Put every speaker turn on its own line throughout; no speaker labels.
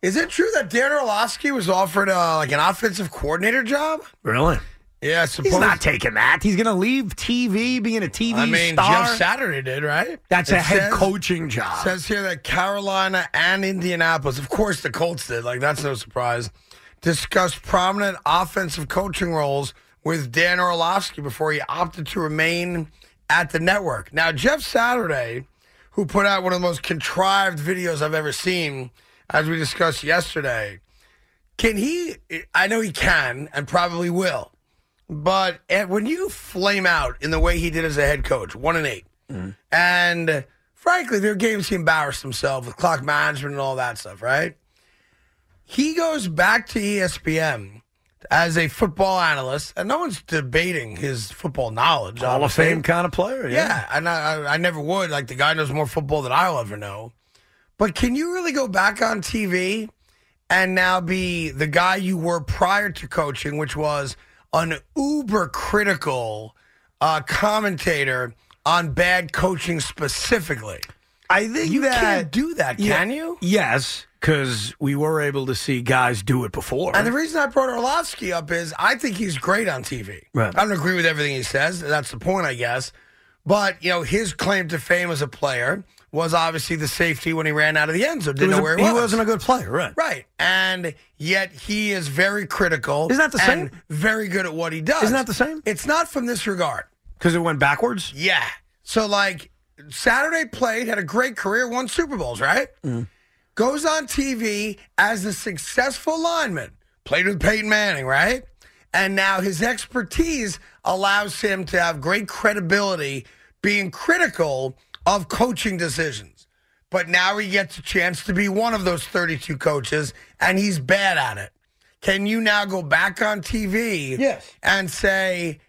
Is it true that Dan Orlovsky was offered uh, like an offensive coordinator job?
Really?
Yeah,
He's
suppose.
not taking that. He's going to leave TV, being a TV
I mean,
star.
Jeff Saturday did, right?
That's a
It
head
says-
coaching job.
Says here that Carolina and Indianapolis, of course, the Colts did. Like that's no surprise. Discussed prominent offensive coaching roles with Dan Orlovsky before he opted to remain at the network. Now, Jeff Saturday, who put out one of the most contrived videos I've ever seen, as we discussed yesterday, can he? I know he can and probably will. But eh, when you flame out in the way he did as a head coach, one and eight,
Mm-hmm.
and uh, frankly, their games he embarrassed himself with clock management and all that stuff, right? He goes back to E ESPN as a football analyst, and no one's debating his football knowledge.
Hall of
obviously.
Fame kind of player.
Yeah, and I, I, I never would. Like the guy knows more football than I'll ever know. But can you really go back on TV and now be the guy you were prior to coaching, which was an uber critical uh, commentator on bad coaching specifically?
I think
You
that
can't do that,
Yeah.
can you?
Yes, because we were able to see guys do it before.
And the reason I brought Orlovsky up is I think he's great on TV.
Right.
I don't agree with everything he says. That's the point, I guess. But, you know, his claim to fame as a player was obviously the safety when he ran out of the end zone. Didn't
was
know
a-
where
he wasn't a good player, right?
Right. And yet he is very critical.
Isn't that the
and
same?
very good at what he does.
Isn't that the same?
It's not from this regard.
Because it went backwards.
Yeah. So like Saturday played, had a great career, won Super Bowls, right? Goes on TV as a successful lineman, played with Peyton Manning, right? And now his expertise allows him to have great credibility being critical of coaching decisions. But now he gets a chance to be one of those 32 coaches, and he's bad at it. Can you now go back on TV
Yes.
and say,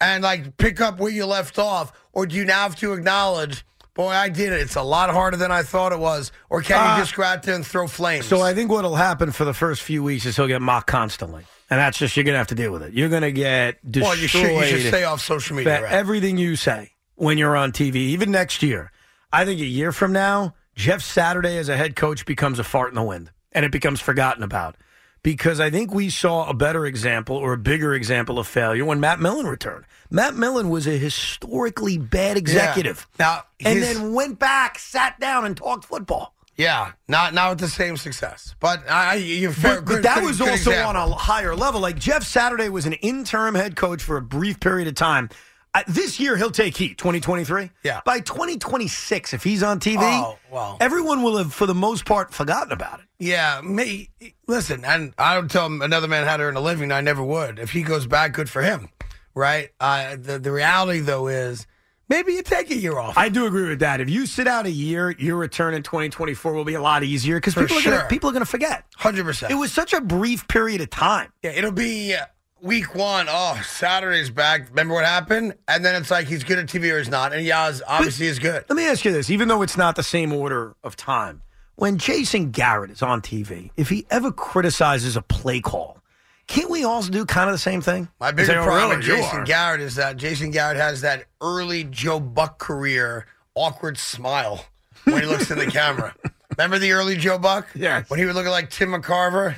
and like pick up where you left off, or do you now have to acknowledge, boy, I did it. It's a lot harder than I thought it was, or can
Uh,
you just go out there and throw flames?
So I think what'll happen for the first few weeks is he'll get mocked constantly, and that's just you're gonna have to deal with it. You're gonna get destroyed.
well, you should, you should stay off social media.
that
right?
everything you say when you're on TV, even next year. I think a year from now, Jeff Saturday as a head coach becomes a fart in the wind and it becomes forgotten about. Because I think we saw a better example or a bigger example of failure when Matt Millen returned. Matt Millen was a historically bad executive.
Now,
and
his-
then went back, sat down, and talked football.
yeah, not not with the same success, but I, I- you're fair.
But,
good-
but that
good-
was
good
also
example.
on a higher level. Like Jeff Saturday was an interim head coach for a brief period of time. I, this year he'll take heat. Twenty twenty three.
Yeah.
By twenty twenty six, if he's on TV,
Oh, well.
everyone will have, for the most part, forgotten about it.
Yeah, me. Listen, and I don't tell another man how to earn a living. I never would. If he goes back, good for him, right? Uh, the the reality though is maybe you take a year off.
I do agree with that. If you sit out a year, your return in twenty twenty four will be a lot easier because
For
people are
sure.
gonna, people are going to forget.
Hundred percent.
It was such a brief period of time.
Yeah, it'll be uh, week one. Oh, Saturday's back. Remember what happened? And then it's like he's good at TV or he's not. And Yaz obviously is good.
Let me ask you this: even though it's not the same order of time, when Jason Garrett is on TV, if he ever criticizes a play call, can't we also do kind of the same thing?
My
And
bigger
say, "Oh,
problem with
really? You
Jason
are."
Garrett is that Jason Garrett has that early Joe Buck career awkward smile when he looks in the camera. Remember the early Joe Buck?
Yes.
When he was looking like Tim McCarver?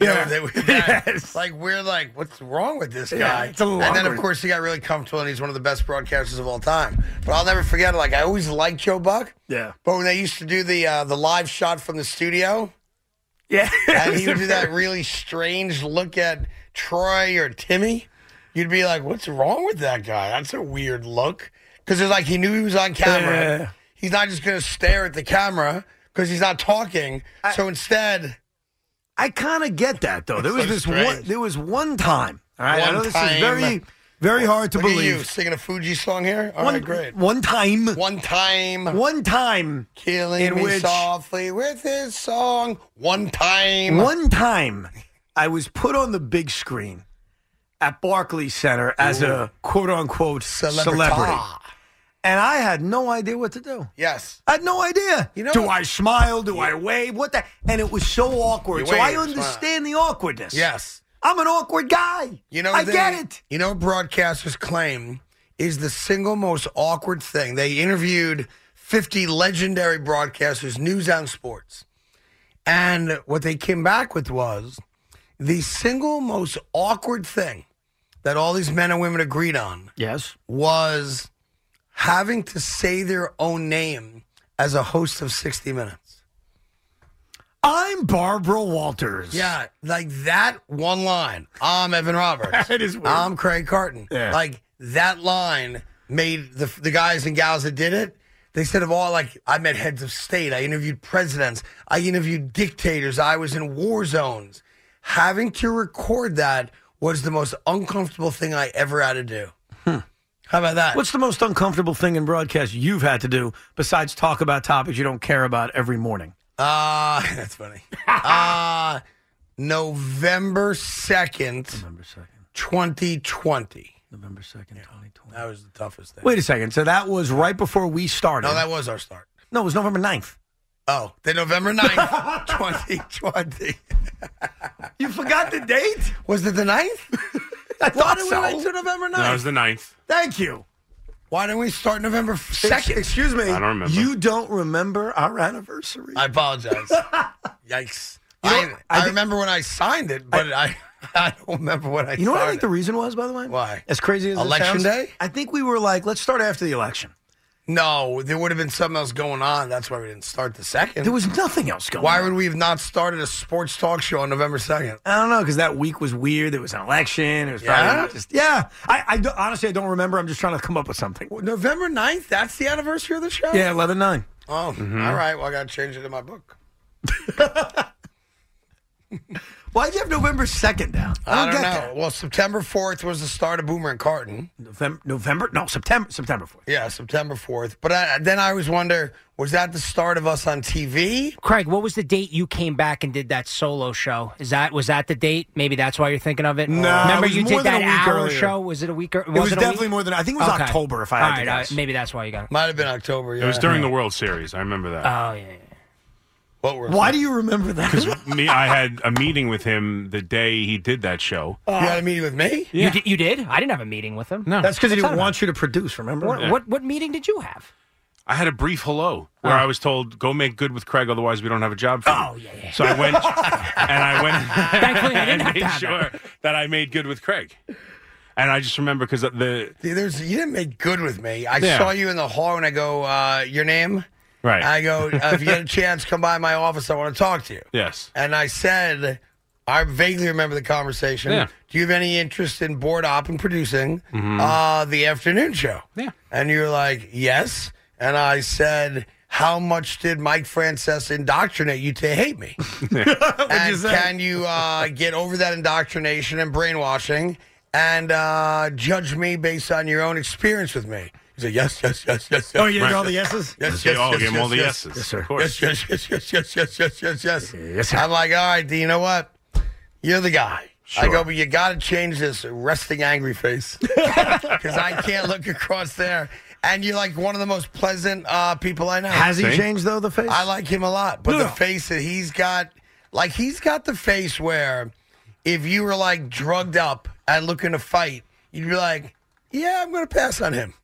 You know,
Yeah.
they- that-
Yes.
Like we're like, what's wrong with this guy?
Yeah, it's a little
and then of
awkward.
course he got really comfortable, and he's one of the best broadcasters of all time. But I'll never forget. Like I always liked Joe Buck.
Yeah.
But when they used to do the uh, the live shot from the studio,
Yeah.
and he would do that really strange look at Troy or Timmy, you'd be like, "What's wrong with that guy? That's a weird look." Because it's like he knew he was on camera.
Yeah.
He's not just gonna stare at the camera because he's not talking. so instead,
I kind of get that though. There was
so
this one.
strange.
There was one time. All right, I
One
know this is
time.
very, very hard to
look at you
believe.
singing a Fuji song here. All right,
one
great.
One time.
One time,
One time.
killing
in
me
which-
softly with his song. One time,
One time, I was put on the big screen at Barclays Center as a quote unquote
Celebrita.
celebrity, and I had no idea what to do.
Yes.
I had no idea.
You know-
do I smile? Do I wave? What the? And it was so awkward.
You
so I
wave, smile.
understand the awkwardness.
Yes.
I'm an awkward guy.
You know,
I
they-
get it.
You know, broadcasters claim is the single most awkward thing. They interviewed 50 legendary broadcasters, news and sports. And what they came back with was the single most awkward thing that all these men and women agreed on
Yes.
was having to say their own name as a host of 60 Minutes.
I'm Barbara Walters.
Yeah, like that one line. I'm Evan Roberts.
That is weird.
I'm Craig Carton.
Yeah.
Like that line made the the guys and gals that did it. They said of all like I met heads of state. I interviewed presidents. I interviewed dictators. I was in war zones. Having to record that was the most uncomfortable thing I ever had to do. How about that?
Hmm. What's the most uncomfortable thing in broadcast you've had to do besides talk about topics you don't care about every morning?
uh that's funny. uh November second,
November second.
twenty twenty.
November second, twenty twenty.
That was the toughest thing.
Wait a second. So that was right before we started.
No, that was our start.
No, it was November 9th.
Oh, the November 9th, 2020.
You forgot the date?
Was it the 9th?
I
Why
thought
did
it
we wait
was.
till November 9th?
That was the ninth.
Thank you.
Why didn't we start November 2nd?
Excuse me.
I don't remember.
You don't remember our anniversary.
I apologize. Yikes.
You know,
I,
I
I,
thi-
remember when I signed it, but I, I, don't remember what I
You know what I
started.
think the reason was, by the way?
Why?
As crazy as it
Election
sounds,
day?
I think we were like, let's start after the election.
No, there would have been something else going on. That's why we didn't start the 2nd.
There was nothing else going
why
on.
would we have not started a sports talk show on November 2nd?
I don't know because that week was weird. There was an election. It was
Yeah?
probably just yeah. I, I do- honestly I don't remember. I'm just trying to come up with something.
November 9th? That's the anniversary of the show?
Yeah, eleven nine.
Oh, all right. Well, I got to change it in my book.
Why'd you have November second down?
I don't,
get
know. Well, September 4th was the start of Boomer and Carton.
that. November, November? No, September. September fourth.
Yeah, September 4th. But I, then I always wonder was that the start of us on TV?
Craig, what was the date you came back and did that solo show? Is that was that the date? Maybe that's why you're thinking of it.
No, it
remember
was
you
more
did
than
that
a week
hour
earlier.
show. Was it a week? Or,
It was
it a
definitely
week?
more than I think it was
Okay.
October. If I
All
had to
right, all
guess.
right, maybe that's why you got it.
Might have been October. Yeah.
It was during the World Series. I remember that.
Oh yeah, yeah.
What were
Why do you remember
Because
that?
me, I had a meeting with him the day he did that show.
you had a meeting with me?
You, did, you did? I didn't have a meeting with him.
No.
That's because he
What's
didn't
that
want you to produce. Remember?
What, what what meeting did you have?
I had a brief hello where I was told, "Go make good with Craig, otherwise we don't have a job for you."
Uh. Oh, yeah, yeah.
So I went and I went
Thankfully, I didn't
and
have to
made
have
sure
that.
that I made good with Craig. And I just remember because the
See, There's, you didn't make good with me. I
Yeah.
saw you in the hall and I go, uh, Your name?
right,
I go, uh, If you get a chance, come by my office. I want to talk to you.
yes,
And I said, I vaguely remember the conversation.
Yeah. Mm-hmm.
Do you have any interest in board op and producing uh, the afternoon show?
Yeah.
And you're like, yes. And I said, how much did Mike Frances indoctrinate you to hate me? and can you uh, get over that indoctrination and brainwashing and uh, judge me based on your own experience with me? He said, yes, yes, yes, yes, yes.
Oh, you did all the yeses.
Yes, yes,
they all
yes,
gave him
yes,
all the
yes.
yeses,
Yes, sir.
Of course.
Yes, yes, yes, yes, yes, yes, yes, yes, yes.
Yes, sir.
I'm like, all right, do you know what? You're the guy. I
Sure.
go, but you got to change this resting angry face because I can't look across there. And you're like one of the most pleasant uh, people I know.
Has he
See?
changed though the face?
I like him a lot, but the
No.
face that he's got, like he's got the face where if you were like drugged up and looking to fight, you'd be like, yeah, I'm going to pass on him.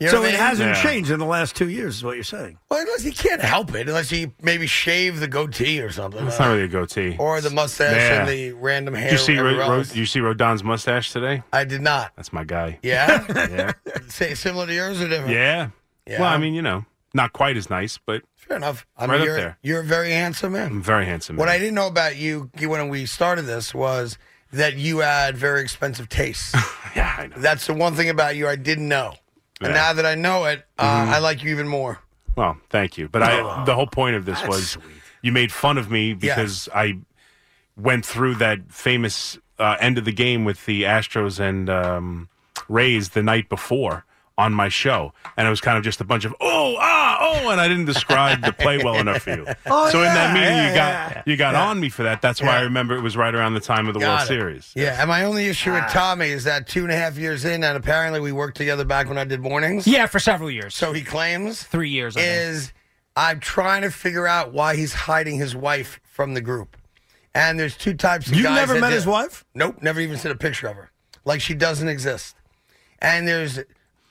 You know
so
what I
it
mean?
hasn't
Yeah.
changed in the last two years, is what you're saying?
Well, unless he can't help it, unless he maybe shave the goatee or something. Uh,
That's not really a goatee.
or the mustache
Yeah.
and the random hair.
Did you see Ro-
everywhere
Ro-
else.
you see Rodon's mustache today?
I did not.
That's my guy.
Yeah,
Yeah,
Say, similar to yours or different?
yeah.
Yeah.
Well, I mean, you know, Not quite as nice, but
Fair enough. I
Right up
you're,
there. Mm.
You're a very handsome man.
I'm very handsome.
What
man.
I didn't know about you when we started this was that you had very expensive tastes.
yeah, I know.
That's the one thing about you I didn't know. And
Yeah. Mm-hmm.
now that I know it, uh, I like you even more.
Well, thank you. But
Oh.
I, the whole point of this was you made fun of me because I went through that famous uh, end of the game with the Astros and um, Rays the night before on my show, and it was kind of just a bunch of oh ah oh, and I didn't describe the play well enough for you.
Oh,
so in that meeting, you got you got on me for that. That's why I remember it was right around the time of the World
it.
Series.
Yeah, and my only issue
Ah.
with Tommy is that two and a half years in, and apparently we worked together back when I did mornings.
Yeah, for several years.
So he claims
three years. I think.
is I'm trying to figure out why he's hiding his wife from the group. And there's two types of
You
guys.
never
that
met
do-
his wife?
Nope, never even seen a picture of her. Like she doesn't exist. And there's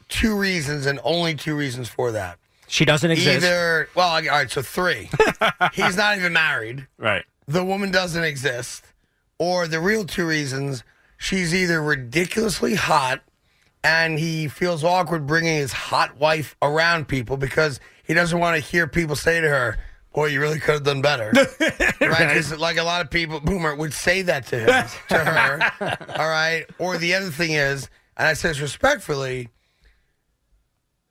two reasons and only two reasons for that.
she doesn't exist.
Either well, all right, so three. he's not even married.
Right.
The woman doesn't exist. Or the real two reasons, she's either ridiculously hot and he feels awkward bringing his hot wife around people because he doesn't want to hear people say to her, Boy, you really could have done better. right? 'Cause like a lot of people, Boomer, would say that to him, to her. All right. Or the other thing is, and I say this respectfully,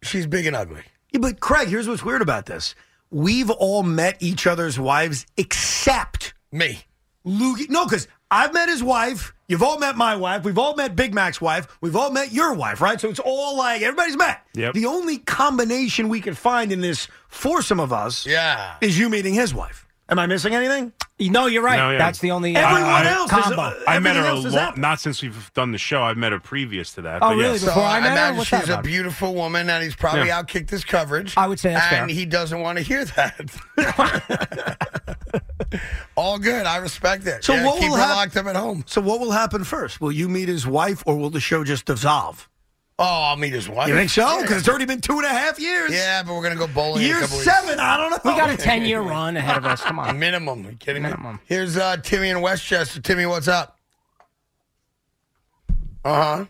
she's big and ugly.
Yeah, but Craig, here's what's weird about this. We've all met each other's wives except
Me.
Luke. No, because I've met his wife. You've all met my wife. We've all met Big Mac's wife. We've all met your wife, right? So it's all like everybody's met.
Yep.
The only combination we could find in this foursome of us
Yeah.
is you meeting his wife. Am I missing anything?
no, you're right.
No, yeah.
That's the only. uh,
Everyone
I-
else is
combo.
uh,
I met her
everything
a
else is
lo-
out.
not since we've done the show. I've met her previous to that.
Oh,
but
really?
yes.
Before
So
I met her?
imagine
What's that
she's a
about?
beautiful woman, and he's probably
Yeah.
outkicked his coverage.
I would say that's
and
fair.
he doesn't want to hear that. All good. I respect it.
So
Yeah,
what
keep
will
her
hap-
locked up at home?
So what will happen first? Will you meet his wife, or will the show just dissolve?
Oh, I'll meet his wife.
You think so?
Yeah.
Because it's already been two and a half years.
Yeah, but we're gonna go bowling. in a
Year
couple
seven. I don't know.
We got a ten year run ahead of us. Come
Weeks.
on.
Minimum. Are you kidding me?
Minimum.
Here's uh, Timmy in Westchester. Timmy, what's up? Uh huh.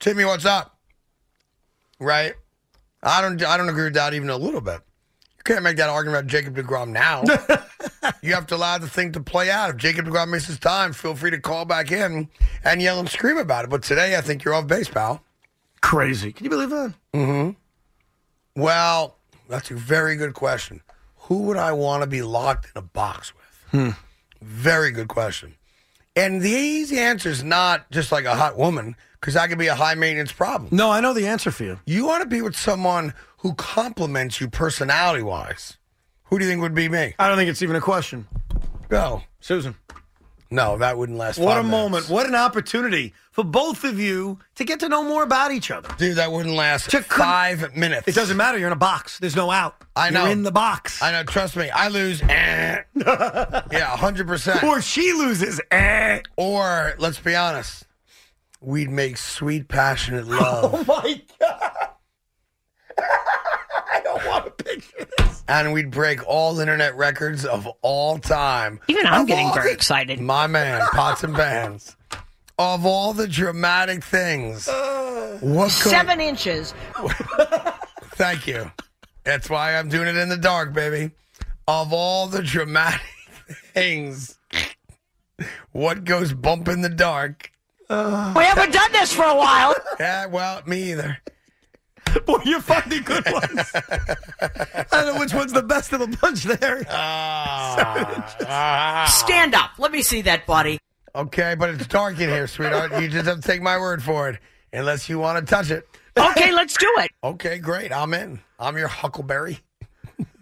Timmy, what's up? Right. I don't. I don't agree with that even a little bit. You can't make that argument about Jacob Degrom now. you have to allow the thing to play out. If Jacob Degrom misses time, feel free to call back in and yell and scream about it. But today, I think you're off base, pal.
Crazy. Can you believe that?
Well, that's a very good question. Who would I want to be locked in a box with?
Hmm.
Very good question. And the easy answer is not just like a hot woman, because that could be a high maintenance problem.
No, I know the answer for you.
You want to be with someone who compliments you personality wise. Who do you think would be me?
I don't think it's even a question.
No,
Susan.
no, that wouldn't last.
What a
five
moment.
minutes.
What an opportunity for both of you to get to know more about each other.
dude! That wouldn't last
To con-
five minutes.
It doesn't matter. You're in a box. There's no out.
I know.
You're in the box.
I know. Trust me, I lose. Eh. yeah, hundred percent.
Or she loses. Eh.
Or let's be honest, we'd make sweet, passionate
Oh.
love,
my God. I don't want to picture this.
and we'd break all internet records of all time.
Even I'm
Of
getting
all
very
the-
excited.
My man, pots and pans. Of all the dramatic things, what could,
Uh, Seven inches.
Thank you. That's why I'm doing it in the dark, baby. Of all the dramatic things, what goes bump in the dark?
We haven't done this for a while.
Yeah, well, me either.
Boy, you're finding good ones. I don't know which one's the best of the bunch there.
Uh,
Ah.
Ah.
Stand up. Let me see that body.
Okay, but it's dark in here, sweetheart. You just have to take my word for it, unless you want to touch it.
Okay, let's do it.
Okay, great. I'm in. I'm your Huckleberry.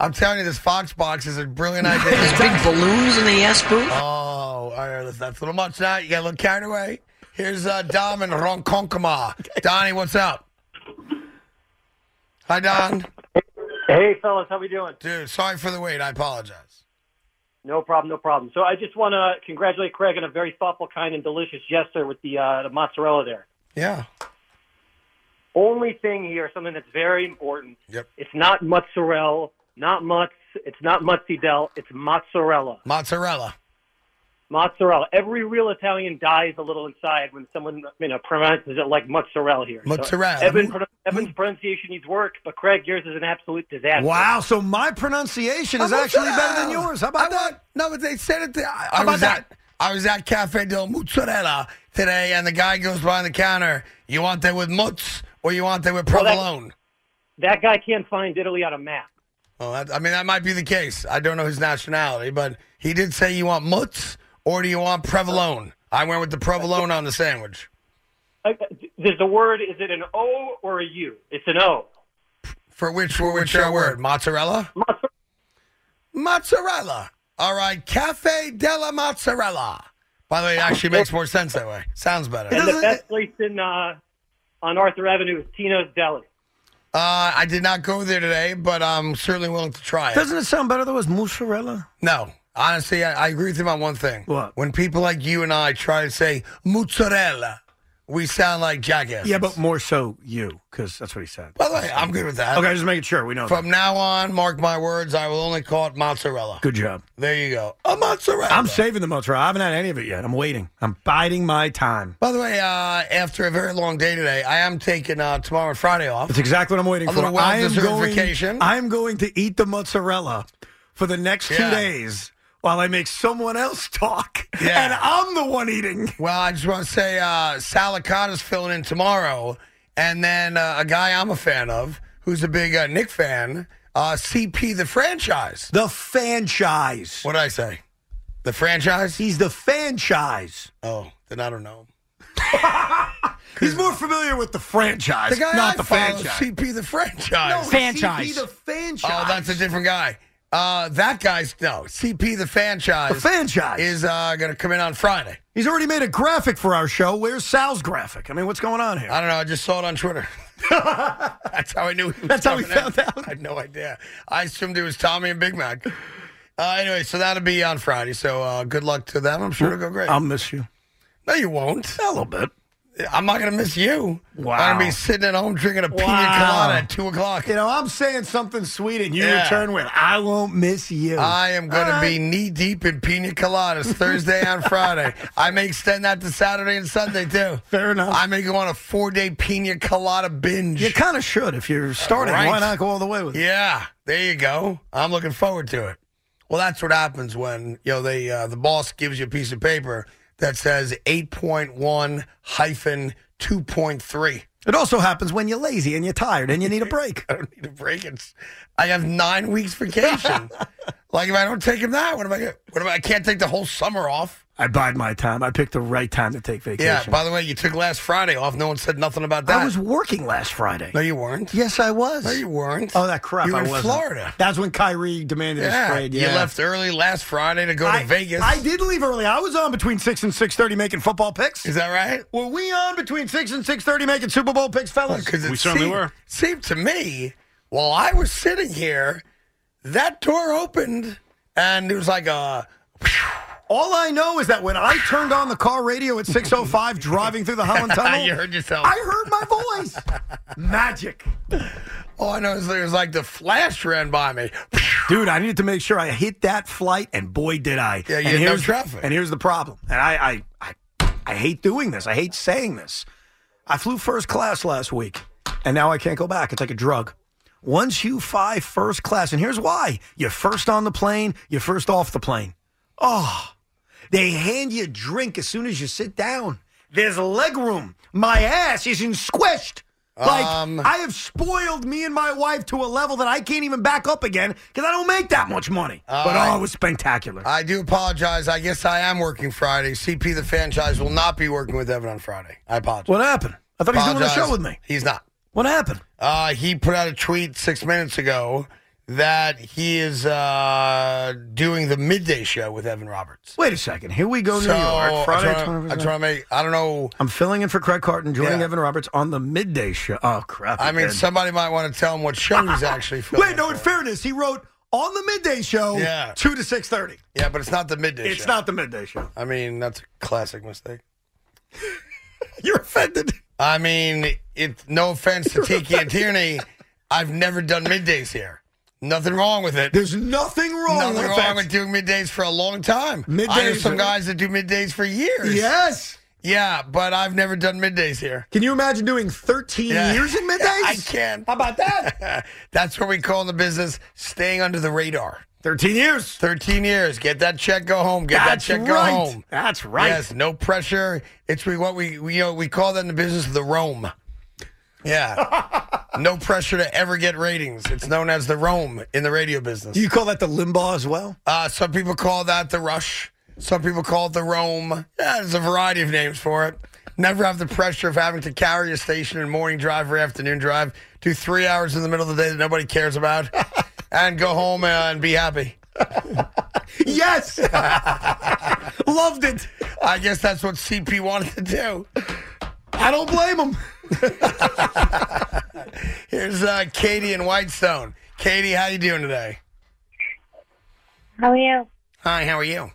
I'm telling you, this Fox box is a brilliant
There's
idea.
big balloons in the ass boot.
oh, all right, that's, that's a little much now. You got a little carried away. Here's uh, Dom and Ronkonkoma. Donnie, what's up? Hi, Don.
Hey, fellas, how we doing?
Dude, sorry for the wait. I apologize.
No problem, no problem. So I just want to congratulate Craig on a very thoughtful, kind, and delicious gesture with the, uh, the mozzarella there.
Yeah.
Only thing here, something that's very important.
Yep.
It's not mozzarella, not mutz, it's not mutzidel, it's mozzarella.
Mozzarella.
mozzarella. Every real Italian dies a little inside when someone you know pronounces it like mozzarella here. So
Mozzarella.
Evan, Evan's pronunciation needs work, but Craig, yours is an absolute disaster.
Wow, so my pronunciation is
How about
actually
that?
better than yours. How about
I
that?
want- no, but they said it. I,
How
I
about
was
that?
At, I was at Cafe del Mozzarella today, and the guy goes behind the counter. You want that with mutz or you want that with
Well, that-
provolone?
That guy can't find Italy on a map.
Well, that, I mean, that might be the case. I don't know his nationality, but he did say you want mutz or do you want provolone? I went with the provolone on the sandwich.
Uh, There's a word. Is it an O or a U? It's an O.
For which, for which uh, word? Mozzarella?
Mozzarella.
Mozzarella. All right, Cafe della Mozzarella. By the way, it actually makes more sense that way. Sounds better.
And the best place in uh, on Arthur Avenue is Tino's Deli.
Uh, I did not go there today, but I'm certainly willing to try it.
Doesn't it sound better though as mozzarella?
no, honestly, I, I agree with him on one thing.
What?
When people like you and I try to say mozzarella, we sound like jackasses.
Yeah, but more so you, because that's what he said.
by the way, I'm good with that.
Okay, just making sure we know.
From now on, mark my words, I will only call it mozzarella.
that. Good job.
There you go. A mozzarella.
I'm saving the mozzarella. I haven't had any of it yet. I'm waiting. I'm biding my time.
By the way, uh, after a very long day today, I am taking uh, tomorrow and Friday off.
That's exactly what I'm waiting
A
for.
little
I am
well-deserved
going.
vacation.
I am going to eat the mozzarella for the next two
Yeah.
days while I make someone else talk,
Yeah.
and I'm the one eating.
Well, I just want to say uh, Salicata's filling in tomorrow, and then uh, a guy I'm a fan of, who's a big uh, Nick fan, uh, CP the franchise.
The franchise.
What did I say? The franchise?
He's the franchise.
Oh, then I don't know.
He's more familiar with the franchise,
The guy
not
I
the
follow,
franchise.
CP the franchise.
Franchise.
CP the franchise.
oh, that's a different guy. Uh, that guy's no CP the franchise.
the franchise.
is uh, going to come in on Friday.
He's already made a graphic for our show. Where's Sal's graphic? I mean, what's going on here?
I don't know. I just saw it on Twitter. That's how I knew. He was
That's how we
coming in.
found out.
I had no idea. I assumed it was Tommy and Big Mac. Uh, anyway, so that'll be on Friday. So uh, good luck to them. I'm sure it'll go great.
I'll miss you
no, you won't.
a little bit.
I'm not going to miss you.
Wow.
I'm going to be sitting at home drinking a pina
Wow.
colada at two o'clock.
You know, I'm saying something sweet, and you
Yeah.
return with, "I won't miss you."
I am going to be knee deep in pina coladas Thursday and Friday. I may extend that to Saturday and Sunday too.
Fair enough.
I may go on a four day pina colada binge.
You kind of should if you're starting.
Right.
Why not go all the way with it?
Yeah, there you go. I'm looking forward to it. Well, that's what happens when you know they uh, the boss gives you a piece of paper that says 8.1 hyphen 2.3.
It also happens when you're lazy and you're tired and you need a break.
I don't need a break. It's I have nine weeks vacation. like if I don't take him that, what am I? gonna- What am I? I can't take the whole summer off.
I bide my time. I picked the right time to take vacation.
Yeah. By the way, you took last Friday off. No one said nothing about that.
I was working last Friday.
no, you weren't.
Yes, I was.
No, you weren't.
Oh, that crap!
You were
I
in
was
Florida.
That's when Kyrie demanded
Yeah.
his trade.
You
Yeah,
left early last Friday to go to
I,
Vegas.
I did leave early. I was on between six and six thirty making football picks.
Is that right?
Were we on between six and six thirty making Super Bowl picks, fellas?
because it
We certainly
seemed,
were.
seemed to me while I was sitting here, that door opened and it was like a
All I know is that when I turned on the car radio at 605 driving through the Holland Tunnel,
You heard yourself.
I heard my voice. Magic.
all oh, I know is it was like the flash ran by me.
Dude, I needed to make sure I hit that flight, and boy, did I.
Yeah, you
and
had no
here's-
traffic.
And here's the problem. And I, I, I, I hate doing this. I hate saying this. I flew first class last week, and now I can't go back. It's like a drug. Once you fly first class, and here's why you're first on the plane, you're first off the plane. Oh, they hand you a drink as soon as you sit down. There's leg room. My ass isn't squished. Like,
Um,
I have spoiled me and my wife to a level that I can't even back up again because I don't make that much money. but oh, it was spectacular.
I do apologize. I guess I am working Friday. CP the franchise will not be working with Evan on Friday. I apologize.
what happened? I thought he was doing the
Apologize.
show with me.
He's not.
What happened?
Uh, he put out a tweet six minutes ago that he is uh, doing the midday show with Evan Roberts.
Wait a second. Here we go,
So,
New York. Friday,
I try,
21st.
I try to make. I don't know.
I'm filling in for Craig Carton, joining
Yeah.
Evan Roberts on the midday show. Oh crap!
I
he
mean,
did.
somebody might want to tell him what show he's actually filming.
wait. No, in fairness, he wrote on the midday show,
Yeah.
two to six thirty.
yeah, but it's not the midday.
It's
show.
not the midday show.
I mean, that's a classic mistake.
You're offended.
I mean, it. No offense to Tiki and Tierney, I've never done middays here. Nothing wrong with it.
There's nothing wrong
Nothing
with
wrong
that.
with doing middays for a long time. I know
Middays
some
are-
guys that do middays for years.
Yes.
Yeah, but I've never done middays here.
Can you imagine doing 13
Yeah.
years in middays?
I can.
How about that?
That's what we call in the business staying under the radar.
13 years.
13 years. Get that check, go home. Get
That's
that check,
right.
go home.
That's right.
Yes, no pressure. It's we what we, we you know we call that in the business the Rome. Yeah. no pressure to ever get ratings. It's known as the Rome in the radio business.
Do you call that the Limbaugh as well?
Uh, some people call that the rush. Some people call it the Rome. Yeah, there's a variety of names for it. Never have the pressure of having to carry a station in morning drive or afternoon drive. Do three hours in the middle of the day that nobody cares about, and go home uh, and be happy.
Yes. Loved it.
I guess that's what CP wanted to do.
I don't blame him.
Here's uh, Katie in Whitestone. Katie, how you doing today?
How are you?
Hi, how are you?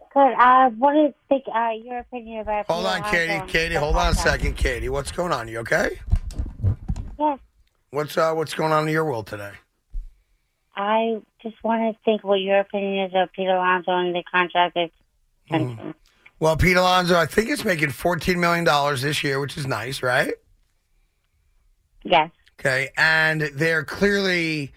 Oh, Good. I wanted to take uh, your opinion about.
Hold on, Katie. Katie, hold on a second, Katie. What's going on? You okay?
Yes,
What's uh, what's going on in your world today?
I just want to think what your opinion is of Pete Alonso and the contract of
Hmm.
Trenton.
Well, Pete Alonso, I think it's making $14 million this year, which is nice, right?
Yes.
Okay. And they're clearly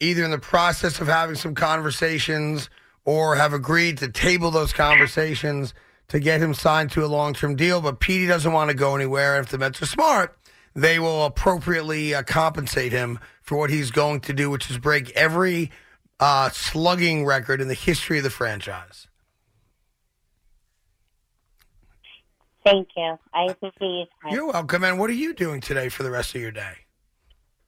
either in the process of having some conversations or have agreed to table those conversations to get him signed to a long term deal. But Petey doesn't want to go anywhere. If the Mets are smart, they will appropriately uh, compensate him for what he's going to do, which is break every uh, slugging record in the history of the franchise.
Thank you. I appreciate your time.
You're welcome. And what are you doing today for the rest of your day?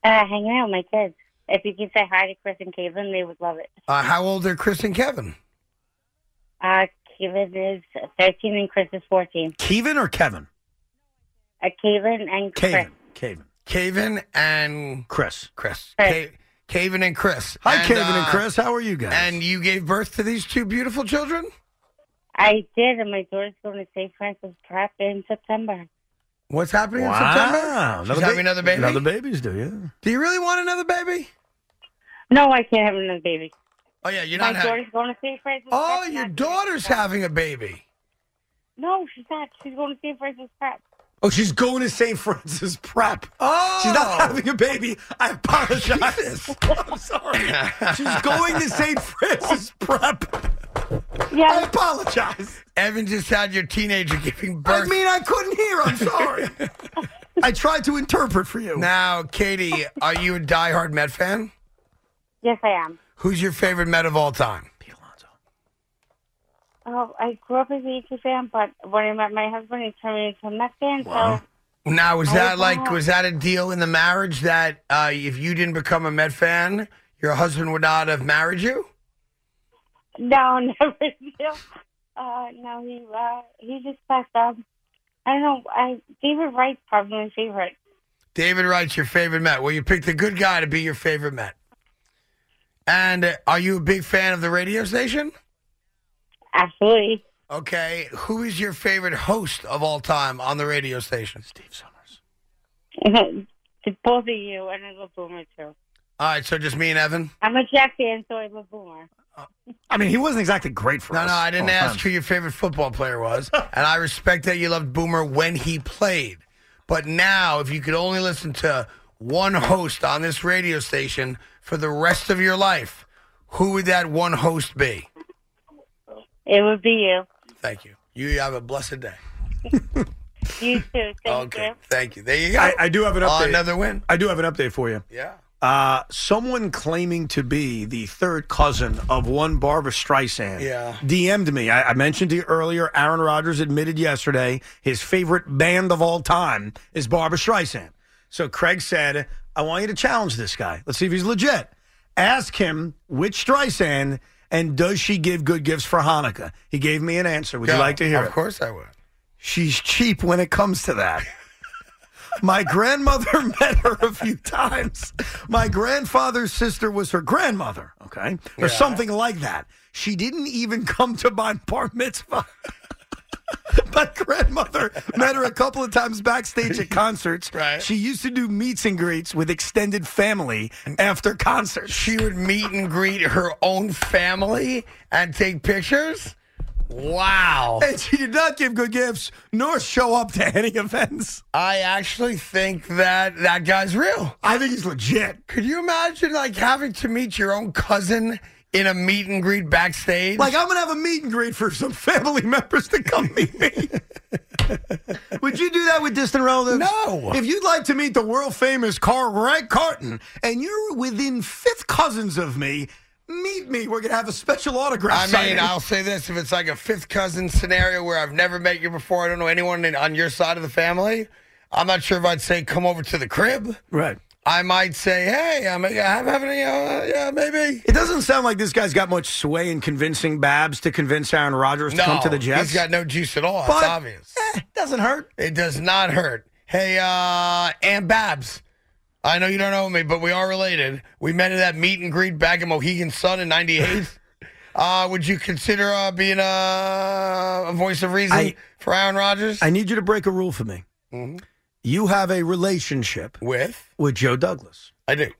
Uh, hanging out with my kids. If you can say hi to Chris and Caitlin, they would love it.
Uh, how old are Chris and Kevin?
Uh, Caitlin is 13 and Chris is 14.
Kevin or Kevin?
Uh, Caitlin and Chris.
Kevin. Kevin.
Caven and
Chris.
Chris.
Chris.
Ca- Caven and Chris.
Hi,
and,
Kevin and
uh,
Chris. How are you guys?
And you gave birth to these two beautiful children?
I did, and my daughter's going to St. Francis Prep in September.
What's happening in
wow.
September? She's having
ba-
another baby?
Another babies, do you?
Do you really want another baby?
No, I can't have another baby.
Oh, yeah, you're
My
not having...
daughter's going to St. Francis
Oh,
Prep,
your
not-
daughter's having a baby.
No, she's not. She's going to St. Francis Prep.
Oh, she's going to St. Francis Prep.
Oh!
She's not having a baby. I apologize. I'm sorry. She's going to St. Francis Prep. I
Yeah,
apologize.
Evan just had your teenager giving
I
birth.
mean, I couldn't hear. I'm sorry. I tried to interpret for you.
now, Katie, are you a diehard Met fan?
yes, I am.
Who's your favorite Met of all time?
Oh, I grew up as a Yankee fan, but when I met my husband, he turned me into a Mets fan. So
Now, was
I
that
was
like
not.
was that a deal in the marriage that uh, if you didn't become a Met fan, your husband would not have married you?
no, never knew. Uh, no, he uh, he just passed on. I don't know. I David Wright's probably my favorite.
David Wright's your favorite Met. Well, you picked a good guy to be your favorite Met. And uh, are you a big fan of the radio station?
Absolutely,
Okay, who is your favorite host of all time on the radio station? Steve Summers.
to both of you, and I love Boomer too.
All right, so just me and Evan.
I'm a Jack fan, so I love Boomer.
I mean, he wasn't exactly great for
No,
us.
no, I didn't
all the
ask
time.
who your favorite football player was, and I respect that you loved Boomer when he played. But now, if you could only listen to one host on this radio station for the rest of your life, who would that one host be?
It would be you.
Thank you. You have a blessed day.
You too. Thank
okay,
you.
thank you. There you go.
I, I do have an update.
another win.
I do have an update for you.
Yeah.
Uh, someone claiming to be the third cousin of one Barbara Streisand
Yeah.
DM'd me. I, I mentioned to you earlier, Aaron Rodgers admitted yesterday his favorite band of all time is Barbara Streisand. So Craig said, I want you to challenge this guy. Let's see if he's legit. Ask him which Streisand and does she give good gifts for Hanukkah? He gave me an answer. Would you like to hear
Of
it?
course I would.
She's cheap when it comes to that. My grandmother met her a few times. My grandfather's sister was her grandmother, okay? Or something like that. She didn't even come to my bar mitzvah. My grandmother met her a couple of times backstage at concerts. Right. She used to do meets and greets with extended family after concerts.
She would meet and greet her own family and take pictures? Wow.
And she did not give good gifts nor show up to any events.
I actually think that that guy's real.
I think he's legit.
Could you imagine like having to meet your own cousin in a meet and greet backstage?
Like, I'm going to have a meet and greet for some family members to come meet me. Would you do that with distant relatives?
No.
If you'd like to meet the world famous Carl Wright Carton and you're within fifth cousins of me, meet me. We're going to have a special autograph.
I mean,
signing.
I'll say this: if it's like a fifth cousin scenario where I've never met you before, I don't know anyone in, on your side of the family. I'm not sure if I'd say come over to the crib.
Right.
I might say, hey, I'm, I'm having a uh, yeah, maybe.
It doesn't sound like this guy's got much sway in convincing Babs to convince Aaron Rodgers to come to the Jets.
he's got no juice at all.
But,
it's obvious.
eh, doesn't hurt.
It does not hurt. Hey, uh, Aunt Babs, I know you don't know me, but we are related. We met at that meet and greet back in Mohegan Sun in '98. uh, would you consider uh, being uh, a, a voice of reason
I-
for Aaron Rodgers?
I need you to break a rule for me. You have a relationship
With?
with Joe Douglas.
I do.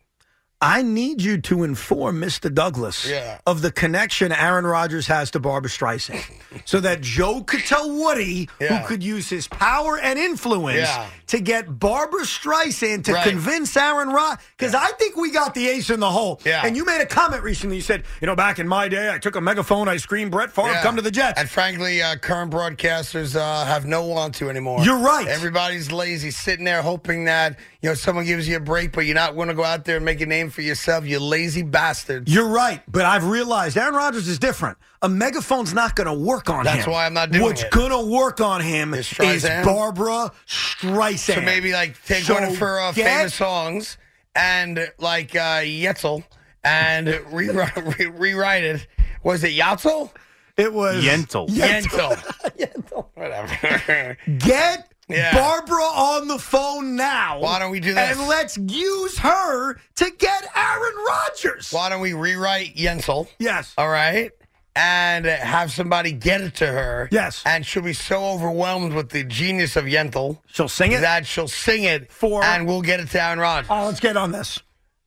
I need you to inform Mr. Douglas
Yeah.
of the connection Aaron Rodgers has to Barbara Streisand so that Joe could tell Woody,
Yeah.
who could use his power and influence
Yeah.
to get Barbara Streisand to
Right.
convince Aaron Rodgers. Because I think we got the ace in the hole.
Yeah.
And you made a comment recently. You said, you know, back in my day, I took a megaphone, I screamed, Brett Favre,
Yeah.
come to the Jets.
And frankly, uh, current broadcasters uh, have no want to anymore.
You're right.
Everybody's lazy, sitting there hoping that you know someone gives you a break, but you're not going to go out there and make a name for yourself. You lazy bastard.
You're right, but I've realized Aaron Rodgers is different. A megaphone's not going to work on him.
That's why I'm not doing
What's
it.
going to work on him
Is
is,
Streisand?
Barbara Streisand.
So maybe like take
So
one of her uh,
get-
famous songs and like uh, Yetzel and rewrite, re- rewrite it. Was it Yatzel?
It was
Yentl.
Yentl. Whatever.
Get
Yeah.
Barbara on the phone now.
Why don't we do this?
And let's use her to get Aaron Rodgers.
Why don't we rewrite Yentl?
Yes.
All right. And have somebody get it to her.
Yes.
And she'll be so overwhelmed with the genius of Yentl
She'll sing it.
that she'll sing it
For-
and we'll get it to Aaron Rodgers.
oh, let's get on this.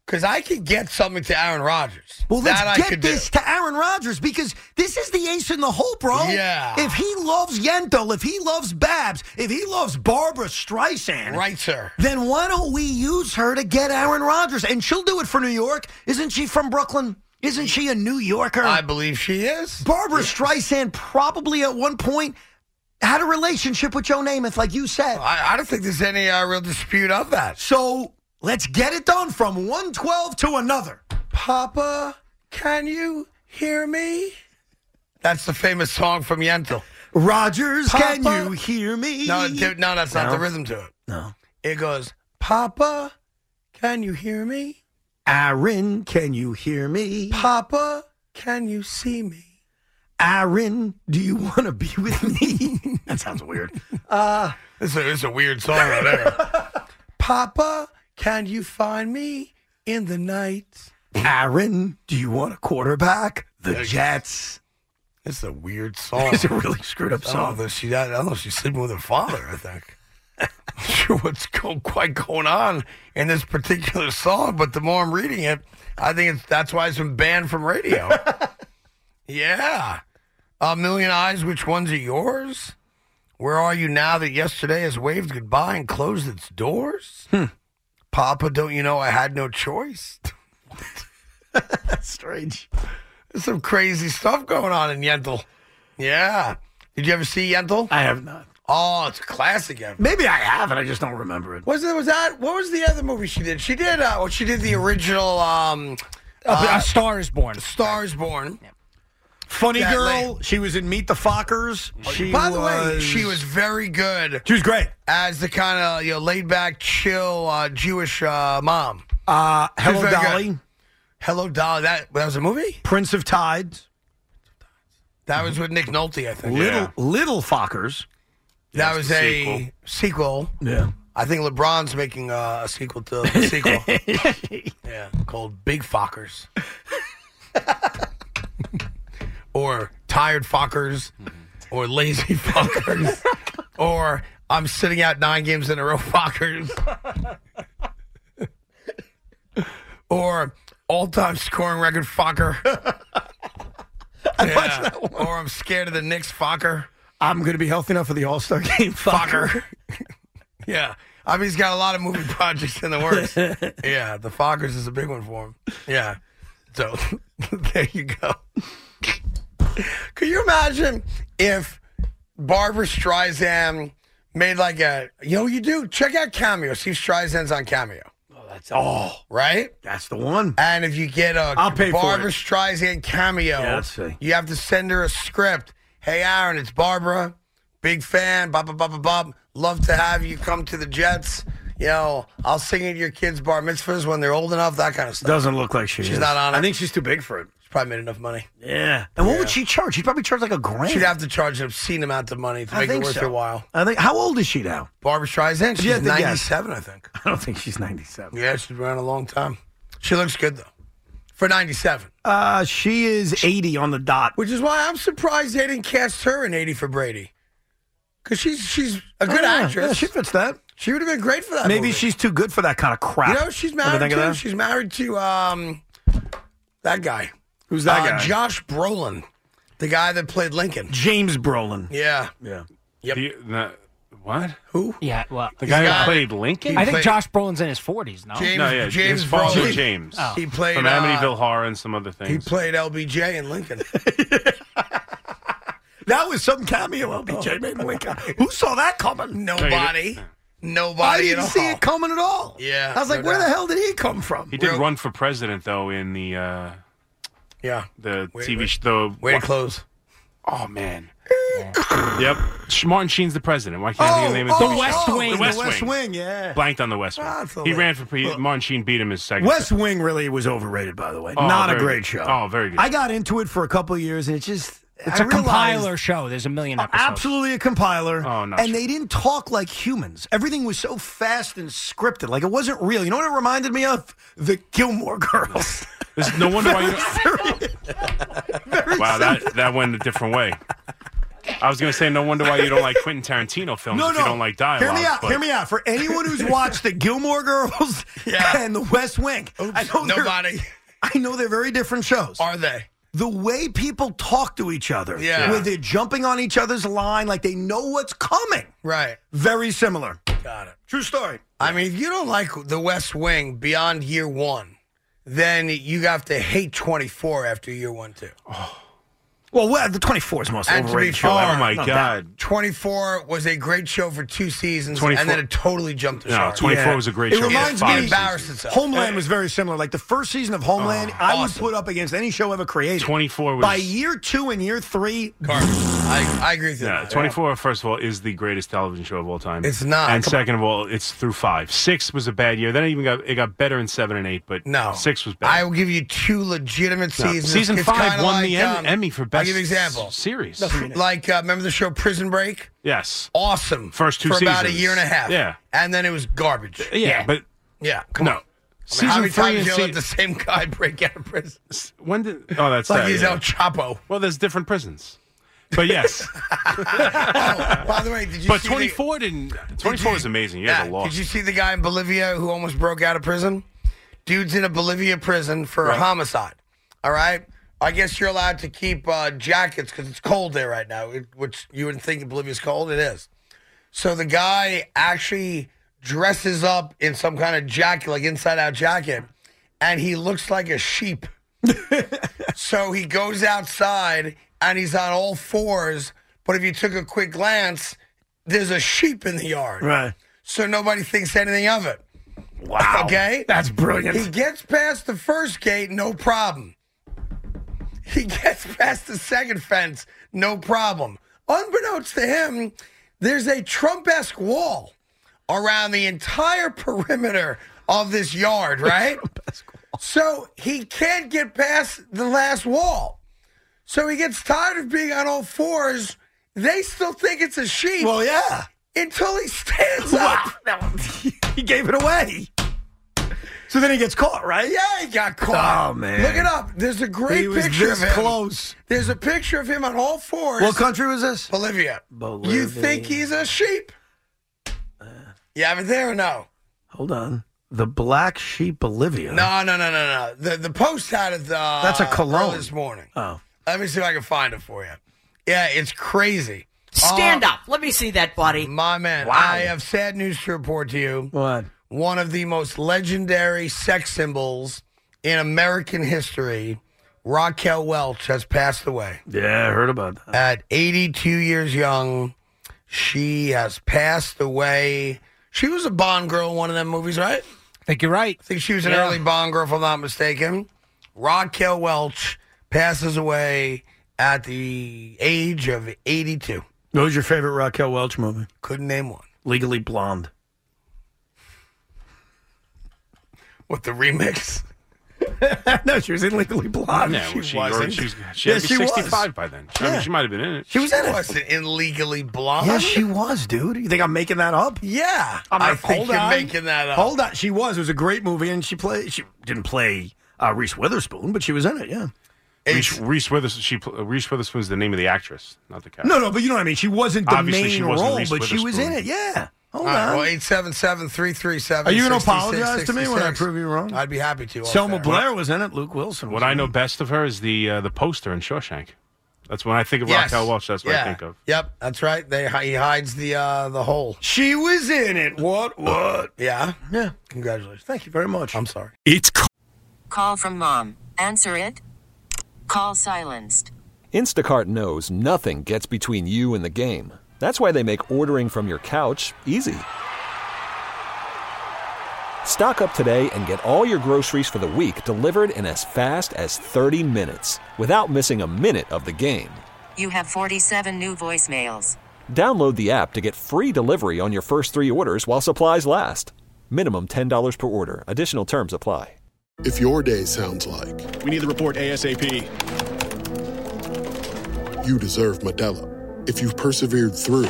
Because I could get something to Aaron Rodgers.
Well, let's
that I
get
could
this
do.
to Aaron Rodgers because this is the ace in the hole, bro.
Yeah.
If he loves Yentl, if he loves Babs, if he loves Barbara Streisand,
Right, sir.
then why don't we use her to get Aaron Rodgers? And she'll do it for New York. Isn't she from Brooklyn? Isn't she a New Yorker?
I believe she is.
Barbara Streisand probably at one point had a relationship with Joe Namath, like you said.
I, I don't think there's any uh, real dispute of that.
So let's get it done from 112 to another.
Papa, can you hear me? That's the famous song from Yentl.
Rodgers, can
Papa-
you hear me?
No, dude, no, that's not the rhythm to it.
no.
It goes, Papa, can you hear me?
Aaron, can you hear me?
Papa, can you see me?
Aaron, do you want to be with me? that sounds weird.
This is, this is a weird song right there. Papa, can you find me in the night?
Aaron, do you want a quarterback? The Jets.
This is a weird song.
It's a really screwed up
I don't,
song.
know if she, I don't know if she's sleeping with her father, I think. Not sure what's go, quite going on in this particular song, but the more I'm reading it, I think it's, that's why it's been banned from radio. yeah. A Million Eyes, Which Ones Are Yours? Where Are You Now That Yesterday Has Waved Goodbye and Closed Its Doors? Papa, don't you know I had no choice?
That's strange.
There's some crazy stuff going on in Yentl. Yeah. Did you ever see Yentl?
I have not.
Oh, it's a classic. Ever.
Maybe I have, and I just don't remember it.
Was it was that what was the other movie she did? She did uh well, she did the original um
a Star is Born.
Stars Born.
Funny
That
girl.
lady.
She was in Meet the Fockers. She
By the
was,
way, she was very good
She was great.
as the kind of you know laid back, chill uh, Jewish uh, mom.
Uh, Hello
very
Dolly,
good. Hello Dolly. That that was a movie.
Prince of Tides,
That was with Nick Nolte, I think.
Yeah.
Little Little Fockers.
That
Yes,
was
the
a sequel.
Yeah.
I think LeBron's making uh, a sequel to the sequel. yeah, called Big Fockers. or Tired Fockers. or lazy fuckers, or I'm sitting out nine games in a row fuckers, or all time scoring record fucker. Yeah. Or I'm scared of the Knicks fucker.
I'm going to be healthy enough for the All Star game.
Fucker. yeah. I mean, he's got a lot of movie projects in the works. yeah, the Fockers is a big one for him. Yeah. So there you go. Could you imagine if Barbara Streisand made like a, you know, what you do? Check out Cameo. Steve Streisand's on Cameo. Oh,
that's
Oh, right?
That's the one.
And if you get a
I'll pay for
Barbara
it.
Streisand cameo,
Yeah, let's see.
you have to send her a script. Hey, Aaron, it's Barbara. Big fan. Bop, bop, bop, bop, bop. Love to have you come to the Jets. You know, I'll sing at your kids' bar mitzvahs when they're old enough, that kind of stuff.
Doesn't look like she
She's
is.
not on it.
I think she's too big for it.
She's probably made enough money.
Yeah. And what would she charge? She'd probably charge like a grand.
She'd have to charge an obscene amount of money to
I
make it
think
worth
so.
your while.
I think. How old is she now?
Barbara Streisand, she's
Yeah, I think, yes.
97, I think.
I don't think she's 97.
Yeah, she's been around a long time. She looks good, though, for 97.
Uh, she is 80 on the dot.
Which is why I'm surprised they didn't cast her in 80 for Brady. Because she's she's a good
Oh, yeah.
actress.
Yeah,
she
she fits that.
would have been great for that.
Maybe
movie.
she's too good for that kind of crap.
You know, she's
Ever
married
think of
to
that?
she's married to um that guy.
Who's that
Uh,
guy?
Josh Brolin, the guy that played Lincoln.
James Brolin.
Yeah.
Yeah.
The, the- what?
Who?
Yeah, well,
The guy
got-
who played Lincoln?
I think
played-
Josh Brolin's in his 40s, no?
James
no, yeah,
James
his father
Brolin.
James
He played
from
uh,
Amityville Horror and some other
He
things.
played LBJ in Lincoln.
That was some cameo, LBJ made in Lincoln. Who saw that coming?
Nobody.
I
Nobody
didn't
at
see
all.
it coming at all.
Yeah,
I was like,
no
where
doubt.
the hell did he come from?
He did
Real-
run for president though in the uh,
yeah.
the
Wait,
TV
wait.
show. the-
Way to close.
Oh man. yep. Sh- Martin Sheen's the president. Why can't I think of the name of
oh,
the
oh,
TV show?
West
oh,
Wing.
The West, Wing.
Wing.
yeah.
Blanked on the West
That's a
Wing. He
little-
ran for pre- Martin Sheen beat him his second.
West Wing really was overrated, by the way.
Oh,
Not a
very
great
good.
show.
Oh, very good.
I got into it for a couple of years, and it just
It's
a
a compiler show. There's a million
Oh,
episodes.
Absolutely a compiler.
Oh, not
and
sure.
they didn't talk like humans. Everything was so fast and scripted. Like it wasn't real. You know what it reminded me of? The Gilmore Girls.
There's no wonder why. You
Very
wow,
simple.
that that went a different way. I was gonna say no wonder why you don't like Quentin Tarantino films
No,
if
no.
you don't like dialogue.
Hear me out.
but-
Hear me out. For anyone who's watched the Gilmore Girls
Yeah.
and the West Wing, I know they're-
Nobody.
I know they're very different shows.
Are they?
the way people talk to each other,
Yeah.
where they're jumping on each other's line, like they know what's coming.
Right.
Very similar.
Got it.
True story.
I mean, if you don't like The West Wing beyond year one, then you have to hate 24 after year one, too.
Well, well the 24 is the most
And to be
overrated show.
fair-
ever.
Oh my
No doubt.
God.
24 was the show for two seasons,
24
and then it totally jumped the
No,
shark.
24
Yeah.
was a great
It
show. for
reminds
five
me-
embarrassed
seasons.
itself.
Homeland was very similar. Like the first season of Homeland, I would put up against any show ever created.
24 was-
by year two and year three.
Garbage. I, I agree with you.
Yeah, 24, first of all, is the greatest television show of all time.
It's not.
And
Come
second of all, it's through five. Six was a bad year. Then it even got it got better in seven and eight, but
No.
six was
I
bad.
will give you two legitimate seasons.
Season
It's
five
kinda
won
like,
the Em-
um,
Emmy for best
I'll give you an example.
s- series.
Like, uh, remember the show Prison Break?
Yes.
Awesome.
First two
For about a
seasons.
year and a half.
Yeah.
And then it was garbage.
Yeah, but
Yeah, come
no.
on. I mean,
Season
how many
three
times
and
you
se-
let the same guy break out of prison?
s- when did oh that's
Like
that,
he's
yeah.
El Chapo.
Well, there's different prisons, but yes.
Oh, by the way, did you
but
see
24 didn't.
the,
24
did
is
you-
amazing. Yeah, the
Did you
loss.
see the guy in Bolivia who almost broke out of prison? Dude's in a Bolivia prison for a homicide. All right. I guess you're allowed to keep uh, jackets because it's cold there right now, it- which you wouldn't think Bolivia's cold. It is. So the guy actually dresses up in some kind of jacket, like inside out jacket, and he looks like a sheep. So he goes outside and he's on all fours. But if you took a quick glance, there's a sheep in the yard.
Right.
So nobody thinks anything of it.
Wow.
Okay?
That's
He
brilliant.
gets past the first gate, no problem. He gets past the second fence, no problem. Unbeknownst to him, there's a Trump esque wall around the entire perimeter of this yard, right? So he can't get past the last wall. So he gets tired of being on all fours. They still think it's a sheep
Well, yeah.
until he stands up.
Wow. he gave it away. So then he gets caught, right?
Yeah, he got caught.
Oh, man.
Look it up. There's a great
He was
picture
this
of him.
close.
There's a picture of him on all fours.
What country was this?
Bolivia. You think he's a sheep? you have it there or no?
Hold on. The Black Sheep Bolivia.
No, no, no, no, no. The the post had it. Uh,
That's a cologne.
early this morning.
Oh.
Let me see if I can find it for you. Yeah, it's crazy.
Stand
Uh,
up. Let me see that body.
my man. I have sad news to report to you.
What?
One of the most legendary sex symbols in American history, Raquel Welch, has passed away.
Yeah, I heard about that.
at 82 years young. She has passed away. She was a Bond girl in one of them movies, right?
I think you're right.
I think she was an
Yeah.
early Bond girl, if I'm not mistaken. Raquel Welch passes away at the age of 82.
What was your favorite Raquel Welch movie?
Couldn't name one.
Legally Blonde.
With the remix.
no, she was in Legally Blonde.
No, she,
wasn't.
already- she's, she
Yes,
had to be
she was.
65 by then. I mean, she might have been in it.
She was in it.
wasn't in Legally Blonde.
Yeah, she was, dude. You think I'm making that up?
Yeah.
I'm
I
like,
think
hold
you're
on.
making that up.
Hold on. She was. It was a great movie, and she played. She didn't play uh, Reese Witherspoon, but she was in it. Yeah.
Reese, Reese Witherspoon. She pl- uh, Reese Witherspoon's the name of the actress, not the character.
No, no, but you know what I mean. She wasn't the
Obviously,
main
she wasn't
role,
Reese
but she was in
Witherspoon.
it. Yeah. Hold
All right,
on.
well, 877 337
Are you gonna apologize to me when I prove you wrong?
I'd be happy to. off
Selma
air.
Blair was in it. Luke Wilson. Was
What
in
I know
it.
best of her is the uh, the poster in Shawshank. That's when I think of
Yes.
Raquel Welch. That's what
Yeah.
I think of.
Yep, that's right. They he hides the uh, the hole.
She was in it. What? What?
Yeah.
Yeah.
Congratulations.
Thank you very much.
I'm sorry.
Call from mom. Answer it. Call silenced.
Instacart knows nothing gets between you and the game. That's why they make ordering from your couch easy. Stock up today and get all your groceries for the week delivered in as fast as 30 minutes without missing a minute of the game.
You have 47 new voicemails.
Download the app to get free delivery on your first three orders while supplies last. Minimum $10 per order. Additional terms apply.
If your day sounds like
We need the report ASAP.
you deserve Medella, if you've persevered through,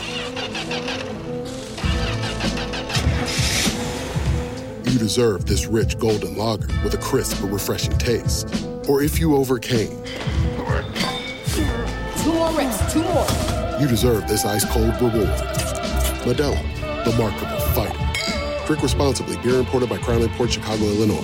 you deserve this rich golden lager with a crisp but refreshing taste. Or if you overcame,
Two more reps. Two more.
you deserve this ice cold reward. Medella, the mark of a fighter. Drink responsibly. Beer imported by Crown Port Chicago, Illinois.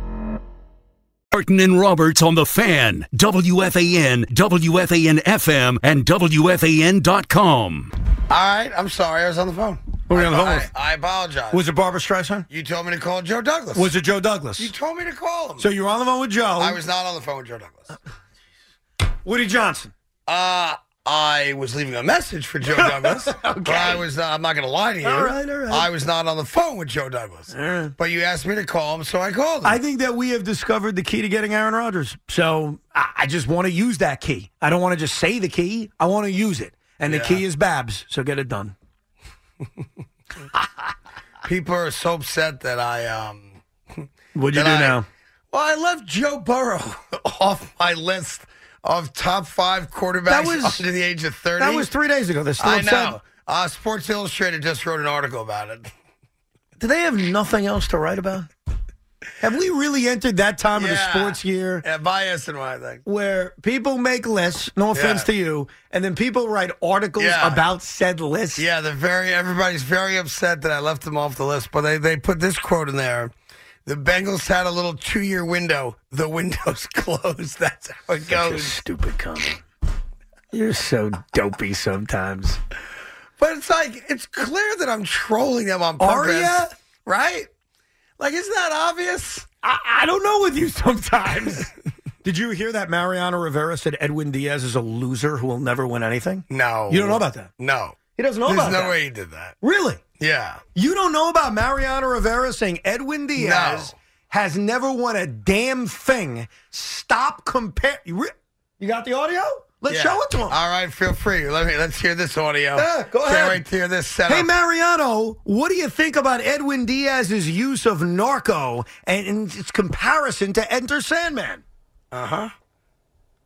Martin and Roberts on the fan, WFAN, WFAN FM, and WFAN.com.
All right, I'm sorry. I was on the phone.
Who were you on the phone
I,
with?
I, I apologize.
Was it Barbara Streisand?
you told me to call Joe Douglas?
Was it Joe Douglas?
You told me to call him.
so you were on the phone with Joe.
I was not on the phone with Joe Douglas.
Woody Johnson.
Uh, I was leaving a message for Joe Douglas. But I was. Uh, I'm not going to lie to you.
All right, all right.
I was not on the phone with Joe Douglas.
right.
But you asked me to call him, so I called him.
I think that we have discovered the key to getting Aaron Rodgers. So I, I just want to use that key. I don't want to just say the key. I want to use it. And the
Yeah.
key is Babs. So get it done.
People are so upset that I um.
What'd you
Then
do
I-
now?
Well, I left Joe Burrow off my list of top five quarterbacks
That was-
under the age of 30.
That was three days ago. They're still
I
upset.
know. Uh, Sports Illustrated just wrote an article about it.
Do they have nothing else to write about? Have we really entered that time of the
Yeah.
sports year
Yeah, by SNY, I think.
where people make lists, no offense
Yeah.
to you, and then people write articles
Yeah.
about said lists?
Yeah, they're very, everybody's very upset that I left them off the list, but they, they put this quote in there. The Bengals had a little two year window. The window's closed. That's how it goes.
Stupid comment. You're so dopey sometimes.
But it's like, it's clear that I'm trolling them on purpose.
Aria?
Right? Like, isn't that obvious?
I, I don't know with you sometimes. Did you hear that Mariano Rivera said Edwin Diaz is a loser who will never win anything?
No.
You don't know about that.
No.
He doesn't know
There's
about
no
that.
way he did that.
Really?
Yeah.
You don't know about Mariano Rivera saying Edwin Diaz has never won a damn thing. Stop compare. You, re- you got the audio? Let's
Yeah.
show it to him.
All right, feel free. Let me let's hear this audio.
Yeah, go ahead.
Can't wait to hear this setup.
Hey, Mariano, what do you think about Edwin Diaz's use of narco and, and its comparison to Enter Sandman?
Uh huh.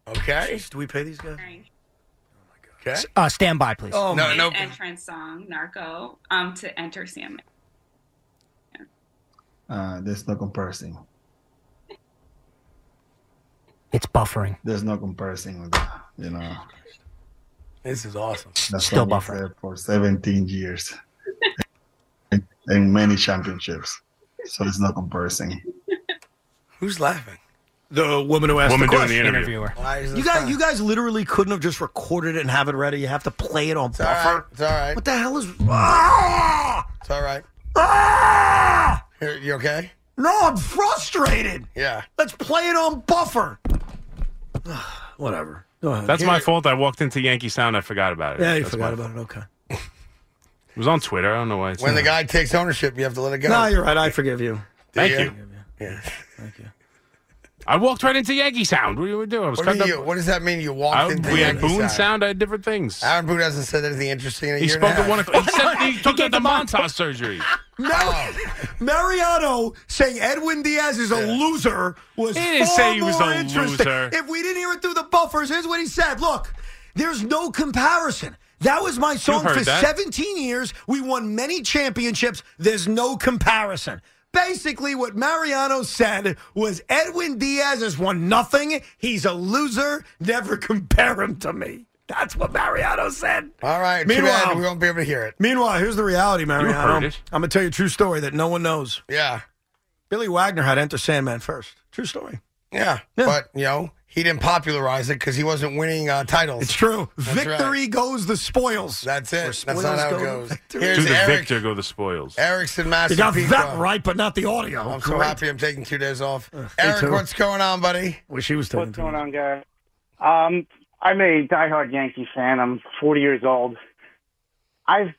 Okay.
Do we pay these guys?
Okay.
Uh, stand by,
Oh.
please.
Oh,
His entrance song, Narco, um, to enter Sam.
Uh, there's no comparison.
It's buffering.
There's no comparison with that. You know,
This is awesome.
that's
Still
what he
buffering.
said for 17 years and, and many championships. So it's no comparison.
Who's laughing?
The woman who asked
Woman
the
doing the
question.
interview. Interviewer.
Why is this
You guys,
funny?
you guys literally couldn't have just recorded it and have it ready. You have to play it on
It's all
buffer.
right. It's all right.
What the hell is? Ah!
It's all right. Here, you okay?
No, I'm frustrated.
Yeah.
Let's play it on buffer. Whatever.
That's my fault. I walked into Yankee Sound. I forgot about it.
Yeah, you
That's
forgot
my-
about it. Okay.
It was on Twitter. I don't know why. It's
When the guy takes ownership, you have to let it go.
No, you're right. I forgive you.
Do
Thank you.
Yeah.
I walked right into Yankee Sound. What do you do? I was
What,
cut
do
up.
you, what does that mean? You walked
I-
into
we had
Yankee
Boone
Sound.
sound. I had different things.
Aaron Boone hasn't said anything interesting in a
He
year
spoke
and a
at
half.
one o'clock. He said he took the Montage surgery.
Mar-
Oh.
Mariano saying Edwin Diaz is a loser was
He didn't
far
say he
more
was a
interesting.
loser.
If we didn't hear it through the buffers, here's what he said. Look, there's no comparison. That was my song
heard
for
that.
17 years. We won many championships. There's no comparison. Basically, what Mariano said was Edwin Diaz has won nothing. He's a loser. Never compare him to me. That's what Mariano said.
All right. Meanwhile,
Meanwhile-
we won't be able to hear it.
Meanwhile, here's the reality, Mariano.
heard
I'm
it.
gonna tell you a true story that no one knows.
Yeah.
Billy Wagner had Enter Sandman first. True story.
Yeah. But, you know, he didn't popularize it because he wasn't winning uh, titles.
It's true.
That's right.
Victory goes the spoils.
That's it. That's
spoils
not how it
go to
goes.
victory.
to
Here's
the
Eric,
victor go the spoils.
Erickson
You got
Masterpiece.
that right, but not the audio.
I'm so
Great.
happy I'm taking two days off.
me
Eric,
too.
what's going on, buddy?
Wish he was taking.
What's going on, guys? Um, I'm a diehard Yankee fan. I'm 40 years old. I've,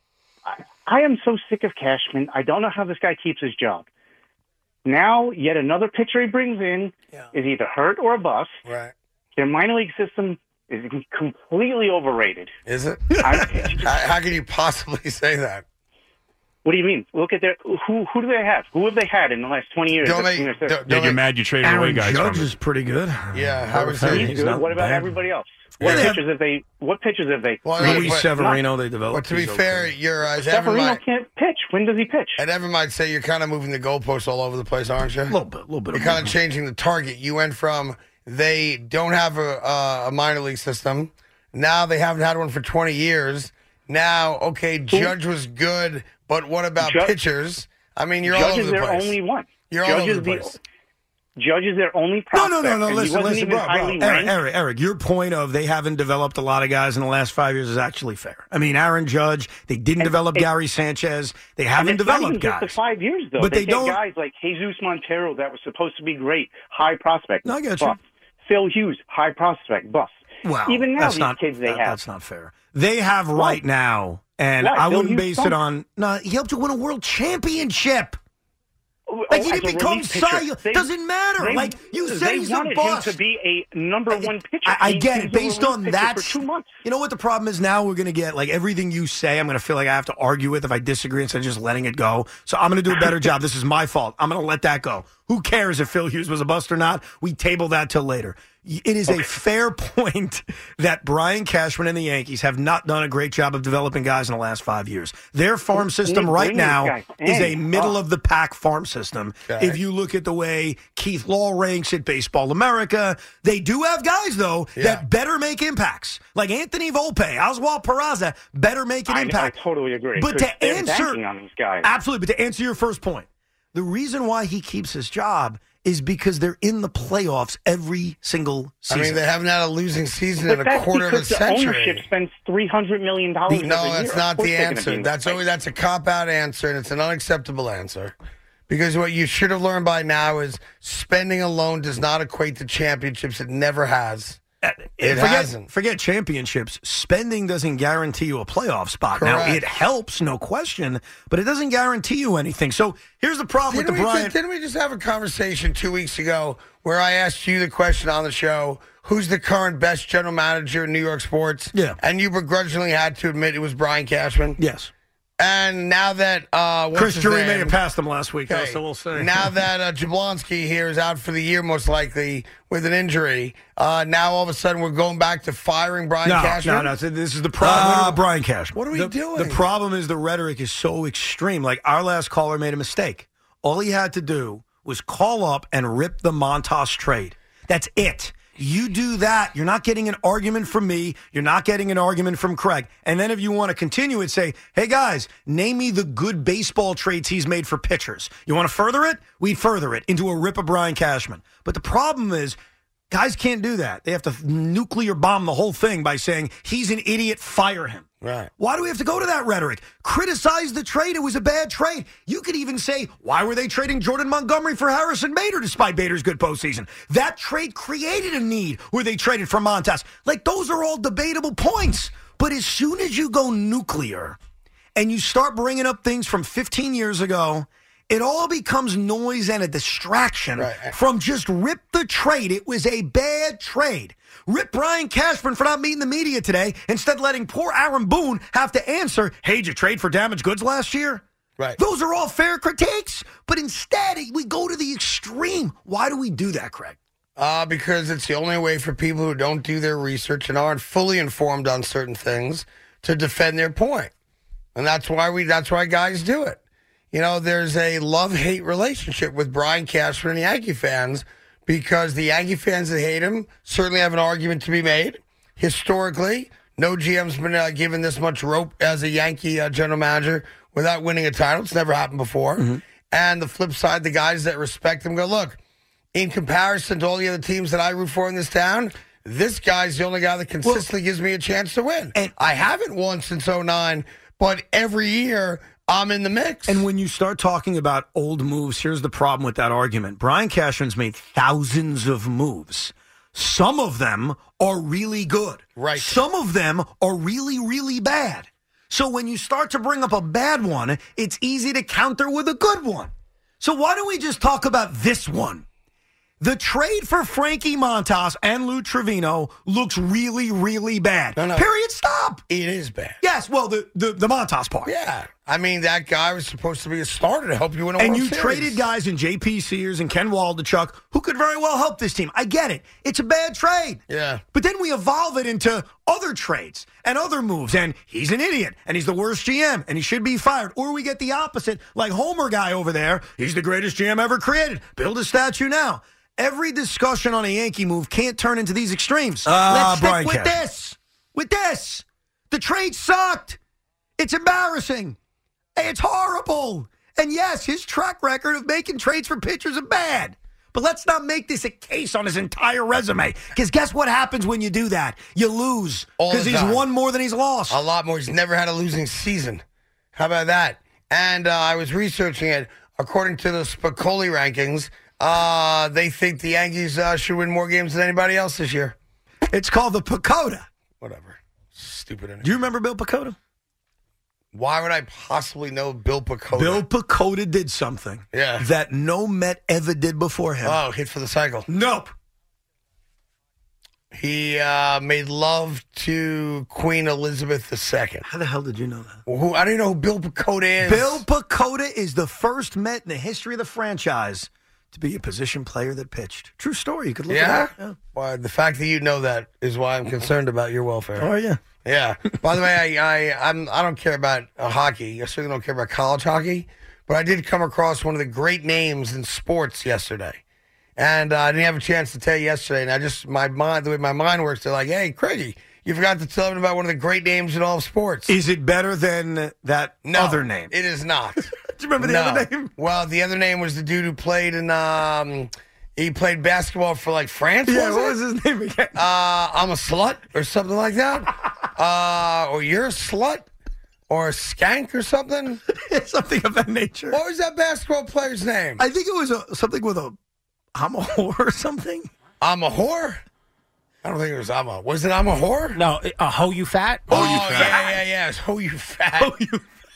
I, I am so sick of Cashman. I don't know how this guy keeps his job. Now, yet another pitcher he brings in is either hurt or a bust.
Right.
Their minor league system is completely overrated.
Is it?
I,
how, how can you possibly say that?
What do you mean? Look at their who. Who do they have? Who have they had in the last 20 years?
Don't
that's
make-
been their
don't-
They
system?
get mad you traded away
Aaron
guys
Judge
from it.
is pretty good.
Yeah, Howard
Hurd,
Hughes.
he's
Good.
not
What about
bad.
everybody else?
Yeah,
What
they have-
pitchers have they? What pitchers have they?
Well,
Luis
but-
Severino they developed.
But to be
He's
fair,
okay.
you're uh, as
Severino
Evan might,
can't pitch. When does he pitch?
and Evan might say you're kind of moving the goalposts all over the place, aren't you?
a little bit, a little bit.
You're
Of
kind of
movement.
changing the target. You went from they don't have a, uh, a minor league system. Now they haven't had one for 20 years. Now, okay, Judge was good, but what about
Judge-
pitchers? I mean, you're
Judge
all over
is
the
their
place.
only one.
You're all
Judge
over
is
the place.
Judge is their only
No,
prospect.
no, no, no.
and he
Listen,
wasn't
listen,
even
bro, bro.
highly
Eric,
ranked.
Eric, Eric, your point of they haven't developed a lot of guys in the last five years is actually fair. I mean, Aaron Judge, they didn't develop
and-
Gary Sanchez. They
And
haven't
it's not
developed
even
guys.
Just the five years though,
But
they,
they
take
don't-
Guys like Jesus Montero that was supposed to be great, high prospect.
No, I get you.
bust. Phil Hughes, high prospect, bust.
Well,
even now
that's
these
not-
kids they
that-
have.
That's not fair. They have right now, and
Why?
I
Bill
wouldn't
Hughes
base
stunk.
it on. No, he helped you win a world championship. Like he
Oh, as
didn't
a
become
relief pitcher.
Cy Young.
They-
Doesn't matter.
they-
Like, you said
they
he's a
wanted
bust.
Him to be a number one pitcher.
I, I
He-
get
he's
it.
a
Based
relief
on
pitcher
that,
for two months.
you know what the problem is now? We're going to get like everything you say. I'm going to feel like I have to argue with if I disagree instead of just letting it go. So I'm going to do a better job. This is my fault. I'm going to let that go. Who cares if Phil Hughes was a bust or not? We table that till later. Y- It is a fair point that Brian Cashman and the Yankees have not done a great job of developing guys in the last five years. Their farm system
need
right
bringing
now
guys
is a
in.
middle
Oh.
of the pack farm system.
Okay.
If you look at the way Keith Law ranks at Baseball America, they do have guys though that better make impacts, like Anthony Volpe, Oswald Peraza, better make an
I,
impact.
I totally agree.
But
'cause
to
they're
answer-
banking on these guys.
Absolutely. But to answer your first point, the reason why he keeps his job is because they're in the playoffs every single
I
season.
mean, they haven't had a losing season
But
in a
that's
quarter of a
because the ownership
century.
spends three hundred million dollars.
No, that's not the answer. That's always that's a cop out answer, and it's an unacceptable answer. Because what you should have learned by now is spending alone does not equate to championships. It never has. It
forget,
hasn't.
Forget championships. Spending doesn't guarantee you a playoff spot. Now
Correct.
it helps, no question, but it doesn't guarantee you anything. So here's the problem
Didn't
with
we,
the Bryant.
ju- didn't we just have a conversation two weeks ago where I asked you the question on the show, who's the current best general manager in New York sports? Yeah. And you begrudgingly had to admit it was Brian Cashman.
Yes.
And now that uh, what's
Chris
his
Drury
name?
may have passed him last week, though,
Okay.
so we'll see.
Now that uh, Jablonski here is out for the year, most likely with an injury, uh, now all of a sudden we're going back to firing Brian
no,
Cashman.
No, no, so this is the problem.
Ah,
Brian Cash.
What are we
the,
doing?
The problem is the rhetoric is so extreme. Like our last caller made a mistake. All he had to do was call up and rip the Montas trade. That's it. You do that, you're not getting an argument from me. You're not getting an argument from Craig. And then if you want to continue it, say, hey guys, name me the good baseball trades he's made for pitchers. You want to further it? We further it into a rip of Brian Cashman. But the problem is Guys can't do that. They have to nuclear bomb the whole thing by saying he's an idiot, fire him. Right. Why do we have to go to that rhetoric? Criticize the trade. It was a bad trade. You could even say, why were they trading Jordan Montgomery for Harrison Bader despite Bader's good postseason? That trade created a need where they traded for Montas. Like, those are all debatable points. But as soon as you go nuclear, and you start bringing up things from 15 years ago, it all becomes noise and a distraction from just rip the trade. It was a bad trade. Rip Brian Cashman for not meeting the media today, instead letting poor Aaron Boone have to answer, hey, did you trade for damaged goods last year? Right. Those are all fair critiques, but instead we go to the extreme. Why do we do that, Craig?
Uh, because it's the only way for people who don't do their research and aren't fully informed on certain things to defend their point. And that's why we that's why guys do it. You know, there's a love hate relationship with Brian Cashman and the Yankee fans because the Yankee fans that hate him certainly have an argument to be made. Historically, no GM's been uh, given this much rope as a Yankee uh, general manager without winning a title. It's never happened before. And the flip side, the guys that respect him go, look, in comparison to all the other teams that I root for in this town, this guy's the only guy that consistently gives me a chance to win. And I haven't won since 09, but every year I'm in the mix.
And when you start talking about old moves, here's the problem with that argument. Brian Cashman's made thousands of moves. Some of them are really good. Right. Some of them are really, really bad. So when you start to bring up a bad one, it's easy to counter with a good one. So why don't we just talk about this one? The trade for Frankie Montas and Lou Trevino looks really, really bad. Period. Stop.
It is bad.
Yes. Well, the the, the Montas part.
Yeah. I mean, that guy was supposed to be a starter to help you win a
and
World
you
Series.
traded guys in J.P. Sears and Ken Waldachuk who could very well help this team. I get it. It's a bad trade.
Yeah.
But then we evolve it into other trades and other moves. And he's an idiot and he's the worst GM and he should be fired. Or we get the opposite, like Homer guy over there. He's the greatest GM ever created. Build a statue now. Every discussion on a Yankee move can't turn into these extremes.
Ah,
Let's stick
Brian
with
Cashman.
this. With this. The trade sucked. It's embarrassing. It's horrible. And yes, his track record of making trades for pitchers are bad. But let's not make this a case on his entire resume. Because guess what happens when you do that? You lose.
All the
Because he's
time.
won more than he's lost.
A lot more. He's never had a losing season. How about that? And uh, I was researching it. According to the Spicoli rankings, uh, they think the Yankees uh, should win more games than anybody else this year.
It's called the Pacoda.
Whatever. Stupid.
Do you remember Bill Pacoda?
Why would I possibly know Bill Pacoda?
Bill Pacoda did something
Oh, Yeah.
that no Met ever did before him.
Oh, hit for the cycle.
Nope.
He uh, made love to Queen Elizabeth II.
How the hell did you know that?
Well, who, I don't even know who Bill Pacoda is.
Bill Pacoda is the first Met in the history of the franchise to be a position player that pitched. True story. You could look
Yeah?
at it. up.
Why, the fact that you know that is why I'm concerned about your welfare.
Oh, yeah.
Yeah. By the way, I, I I'm I don't care about uh, hockey. I certainly don't care about college hockey. But I did come across one of the great names in sports yesterday, and uh, I didn't have a chance to tell you yesterday. And I just my mind the way my mind works, they're like, "Hey, Craigie, you forgot to tell them about one of the great names in all of sports."
Is it better than that
No,
other name?
It is not. Do
you remember the other
name? Well, the other name was the dude who played in. Um, he played basketball for like France.
Yeah,
was
what
it?
was his name again?
uh, I'm a slut or something like that, uh, or you're a slut or a skank or something,
something of that nature.
What was that basketball player's name?
I think it was a, something with a I'm a whore or something.
I'm a whore. I don't think it was I'm a. Was it I'm a whore?
No, a hoe you fat.
Oh, yeah, yeah, yeah. It's hoe you fat.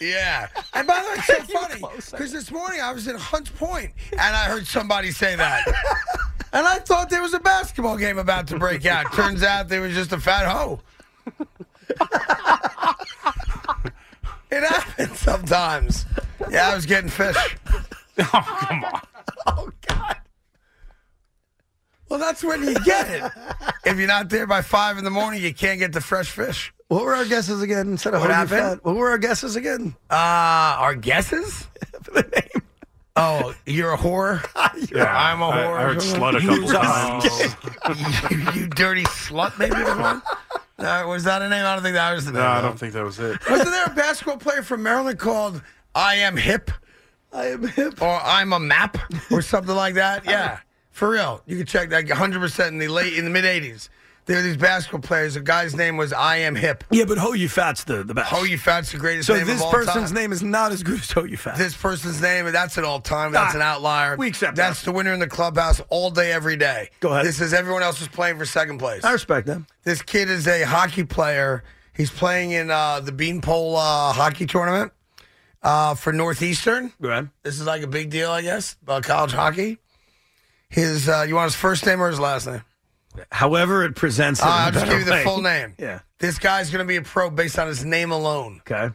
Yeah. And by the way, it's so funny because this morning I was in Hunts Point and I heard somebody say that. and I thought there was a basketball game about to break out. Turns out there was just a fat hoe. it happens sometimes. Yeah, I was getting fish.
Oh, come on.
Well, that's when you get it. if you're not there by five in the morning, you can't get the fresh fish.
What were our guesses again? Instead of
What
holding
happened?
fat, What were our guesses again?
Uh, our guesses? Oh, you're a whore?
Yeah,
I'm a
I- I
whore.
heard slut a
You
couple
just- you, you dirty slut, maybe was one? No, was that a name? I don't think that was the name.
No, I don't think that was it.
Wasn't there a basketball player from Maryland called I Am Hip? I Am Hip. Or I'm a Map or something like that? Yeah. For real. You can check that 100% in the late, in the mid 80s. There were these basketball players. A guy's name was I Am Hip.
Yeah, but Ho You Fat's the, the best.
Ho You Fat's the greatest
So
name
this
of all
person's
time.
name is not as good as Ho You Fat.
This person's name, and that's an all time. That's
Ah,
an outlier.
we accept
That's the winner in the clubhouse all day, every day.
Go ahead.
This is everyone else is playing for second place.
I respect them.
This kid is a hockey player. He's playing in uh, the Beanpole uh, hockey tournament uh, for Northeastern.
Right.
This is like a big deal, I guess, about college hockey. His, uh, you want his first name or his last name?
However, it presents. it
Uh,
in a
I'll just
better
give you the
way.
full name.
Yeah.
This guy's going to be a pro based on his name alone.
Okay.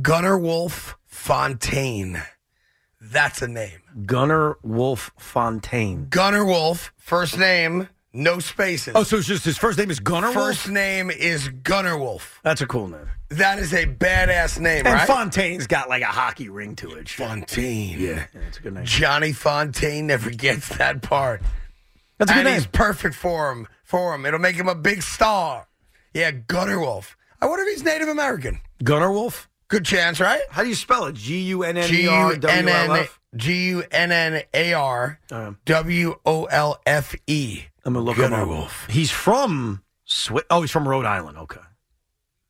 Gunnar Wolf Fontaine. That's a name.
Gunnar Wolf Fontaine.
Gunnar Wolf, first name, no spaces.
Oh, so it's just his first name is Gunnar
first
Wolf.
name is Gunnar Wolf.
That's a cool name.
That is a badass name,
And
right?
Fontaine's got like a hockey ring to it.
Fontaine. Yeah.
That's a good name.
Johnny Fontaine never gets that part.
That's a good
and
name.
he's perfect for him. For him, it'll make him a big star. Yeah, Gunnar Wolf. I wonder if he's Native American.
Gunnar Wolf.
Good chance, right?
How do you spell it? G U N N
G
E
U
R
N
W L
N
F.
G U N N A R
Um,
W O L F E.
I'm gonna look him
Gunnar
up.
Wolf.
He's from Swi- Oh, he's from Rhode Island. Okay.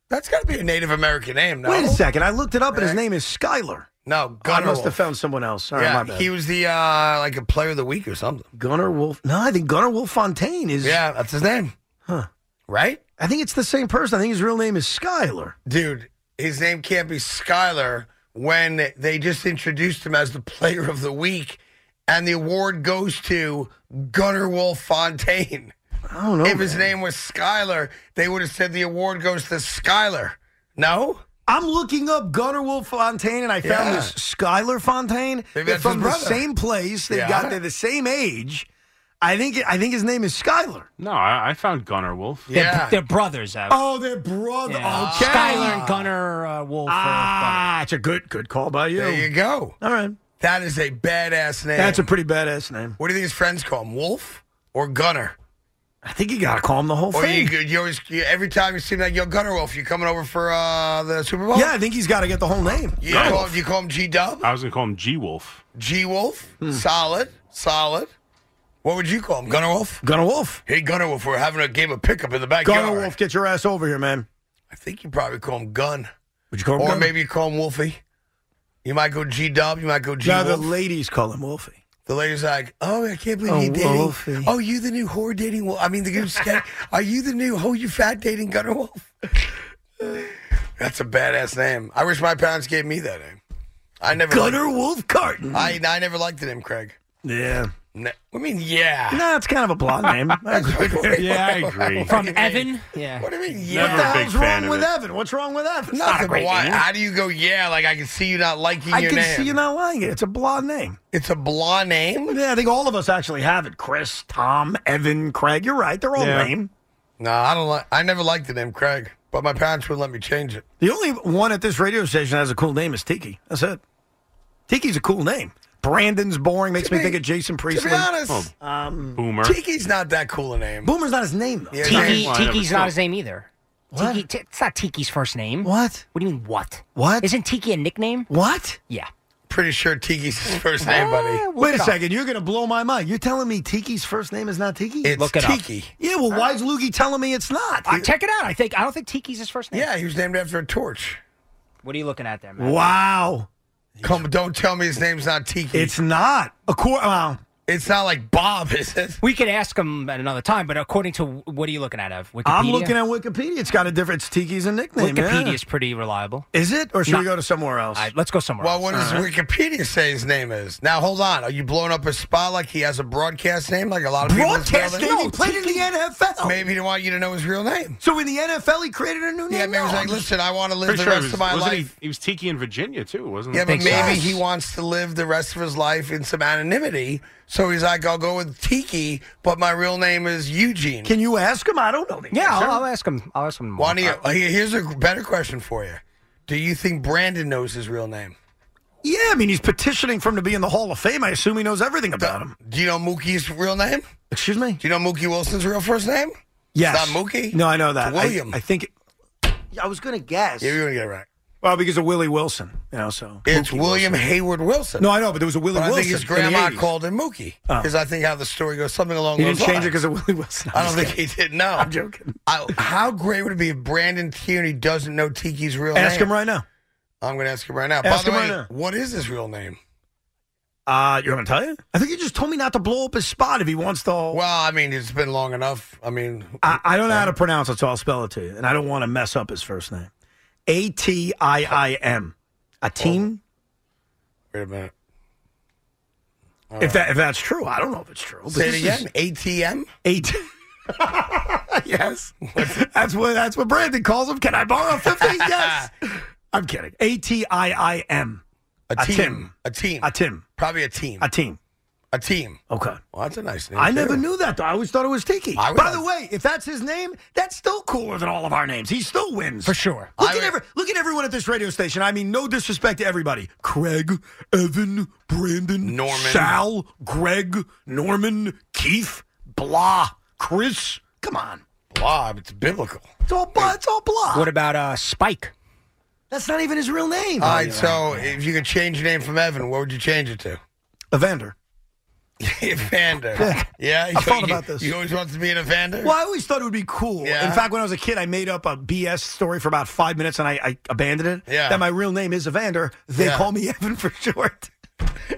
That's got to be a Native American name. No?
Wait a second. I looked it up, and his
Right.
name is Skyler.
No,
I
Gunnar
must have
Wolf.
found someone else. Sorry, my
yeah,
bad.
he was the uh like a player of the week or something.
Gunnar Wolf. No, I think Gunnar Wolf Fontaine is.
Yeah, that's his name.
Huh.
Right?
I think it's the same person. I think his real name is Skyler.
Dude, his name can't be Skyler when they just introduced him as the player of the week and the award goes to Gunnar Wolf Fontaine.
I don't know.
if his
Oh, man.
name was Skyler, they would have said the award goes to Skyler. No?
I'm looking up Gunnar Wolf Fontaine, and I found
Yeah.
this Skyler Fontaine.
Maybe
They're
that's
from
his
the
brother.
same place. They
Yeah.
have got they're the same age. I think I think his name is Skyler.
No, I, I found Gunnar Wolf.
They're,
Yeah.
they're brothers. Ev.
Oh, they're brother.
Yeah.
Okay.
Skyler and Gunner uh, Wolf. are
Ah, it's a good good call by you.
There you go.
All right,
That is a badass name.
that's a pretty badass name.
what do you think his friends call him? Wolf or Gunner?
I think you got to call him the whole
Or you,
thing.
you always you, every time you see him like yo Gunner Wolf, you coming over for uh, the Super Bowl?
Yeah, I think he's got to get the whole name.
You
Gunner
call,
Wolf.
you call him G Dub,
I was going to call him G Wolf.
G Wolf, solid, solid. What would you call him, Gunner Wolf?
Gunnar Wolf.
Hey Gunner Wolf, we're having a game of pickup in the backyard.
Gunnar Wolf, get your ass over here, man.
I think you probably call him Gun,
Would you call him?
or
Gunnar?
maybe you call him Wolfie. You might go G Dub, you might go G
no,
Wolf.
the
The,
ladies call him Wolfie.
lady's like, oh, I can't believe
Oh,
you dating.
Wolfie.
Oh, you the new whore dating Wolf? I mean, the new skank. Are you the new hoe you fat dating Gunner Wolf? That's a badass name. I wish my parents gave me that name. I never liked-
Gunnar Wolf Carton.
I I never liked the name Craig.
yeah.
Ne- I mean, yeah.
No, it's kind of a blonde name. I agree.
Yeah, I agree.
From Evan. Yeah.
What do you mean,
What
yeah?
the
Never a big
hell's
fan
wrong
of
with
it.
Evan? What's wrong with Evan?
Nothing.
great
Why?
name.
How do you go, yeah? Like, I can see you not liking
I
your
can
name.
see you not lying. It's a blonde name.
It's a blonde name?
Yeah, I think all of us actually have it. Chris, Tom, Evan, Craig. You're right. They're all
Yeah.
lame.
No, I don't like, I never liked the name Craig, but my parents would let me change it.
The only one at this radio station that has a cool name is Tiki. That's it. Tiki's a cool name. Brandon's boring. Makes
To
me
be-
think of Jason
To
Priestley.
be honest,
Oh.
Boomer.
Tiki's not that cool a name.
Boomer's not his name though.
Yeah,
Tiki,
Well, I never
Tiki's
saw-
not his name either.
What?
Tiki, t- it's not Tiki's first name.
What?
What do you mean? What?
What?
Isn't Tiki a nickname?
What?
Yeah.
Pretty sure Tiki's his first name, buddy.
Wait a second. You're gonna blow my mind. You're telling me Tiki's first name is not Tiki?
It's
Look it up.
Tiki.
yeah. Well, why is Loogie telling me it's not?
Uh, check it out. I think I don't think Tiki's his first name.
Yeah, he was named after a torch.
What are you looking at there, man?
wow.
Come, don't tell me his name's not Tiki.
It's not. A cor- well,
It's not like Bob, is it?
We could ask him at another time, but according to what are you looking at, Ev? Wikipedia?
I'm looking at Wikipedia. It's got a different. It's Tiki's a nickname. yeah.
Wikipedia is pretty reliable.
Is it, or should we
No.
go to somewhere else?
All right, let's go somewhere
Well, uh-huh.
else.
what
What does Wikipedia say his name is? Now, hold on. Are you blowing up his spot like he has a broadcast name, like a lot of people? in this
Broadcast
building?
name? He played in the NFL.
Maybe he didn't want you to know his real name.
So in the NFL, he created a new
Yeah, maybe he's like, listen, I want to live
Pretty
the
sure he
rest
was-
of my
wasn't
life.
He, he was Tiki in Virginia too, wasn't
Yeah,
he?
but maybe he wants to live the rest of his life in some anonymity. So he's like, I'll go with Tiki, but my real name is Eugene.
Can you ask him? I don't know.
Yeah, I'll, I'll ask him. I'll ask him. Uh, More.
Why do you, here- here's a better question for you. Do you think Brandon knows his real name?
Yeah, I mean, he's petitioning for him to be in the Hall of Fame. I assume he knows everything about him.
Do you know Mookie's real name?
Excuse me?
Do you know Mookie Wilson's real first name?
Yes.
It's not Mookie.
No, I know that.
It's William.
I, I think. I was going to guess.
yeah, you're going to get it right.
Well, because of Willie Wilson, you know. So
It's
Mookie
William
Wilson.
Hayward Wilson.
No, I know, but there was a Willie
But I
Wilson.
think his
in the
grandma
80s.
called him Mookie.
Oh.
Because I think how the story goes, something along
He
those
didn't change it
lines.
because of Willie Wilson.
I don't think he did. No,
I'm joking.
I, how great would it be if Brandon Tierney doesn't know Tiki's real name?
Ask him right now.
I'm going to ask him right now.
Ask
By the
him
way,
right now.
what is his real name?
Uh, you're going to tell you? I think you just told me not to blow up his spot if he wants to.
Well, I mean, it's been long enough. I mean,
I, I don't know how to pronounce it, so I'll spell it to you. And I don't want to mess up his first name. A T I I M. A team?
wait a minute.
If that if that's true, I don't know if it's true. but
Say it
this
again.
is
ATM.
Eight. yes, that's what that's what Brandon calls him. Can I borrow fifty? yes. I'm kidding. A T I I M.
A team.
Tim.
A team.
A Tim.
Probably a team.
A team.
A team.
Okay.
Well, that's a nice name.
I
too.
never knew that though. I always thought it was Tiki.
I would
By
have-
the way, if that's his name, that's still cooler than all of our names. He still wins
For sure.
Look
I
at
would-
every, look at everyone at this radio station. I mean, no disrespect to everybody. Craig, Evan, Brandon,
Norman.
Sal, Greg, Norman, Keith, blah, Chris. Come on,
Blah, it's biblical.
it's all blah. It's all blah.
What about uh, Spike?
That's not even his real name.
All right, so if you could change your name from Evan, what would you change it to?
Evander.
Evander.
Yeah.
Yeah,
I thought
you,
about this.
You always wanted to be an Evander.
Well, I always thought it would be cool.
Yeah.
In fact, when I was a kid, I made up a BS story for about five minutes and I, I abandoned it.
Yeah.
That my real name is Evander. They
Yeah.
call me Evan for short.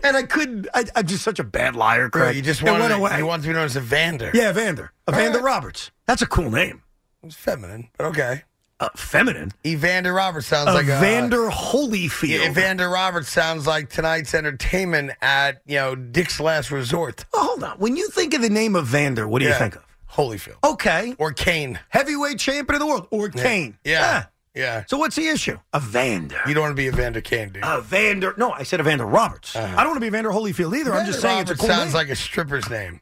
And I couldn't. I, I'm just such a bad liar,
Right,
Craig.
you just
It
wanted
went
to-
away.
you wanted to be known as Evander.
yeah, Evander. Evander
right.
Roberts. That's a cool name.
it's feminine, but okay.
Uh, feminine.
Evander Roberts sounds like a
Evander Holyfield.
Yeah, Evander Roberts sounds like tonight's entertainment at you know Dick's Last Resort.
Oh, hold on. When you think of the name Evander, what do you
Yeah.
think of?
Holyfield
Okay.
or Kane.
Heavyweight champion of the world or Kane. Ah.
Yeah, yeah.
So what's the issue? Evander.
You don't want to be Evander Kane, dude.
Evander. No, I said Evander Roberts. I don't want to be Evander Holyfield either. I'm
Evander
just saying
Roberts
it's a cool
sounds
name.
like a stripper's name.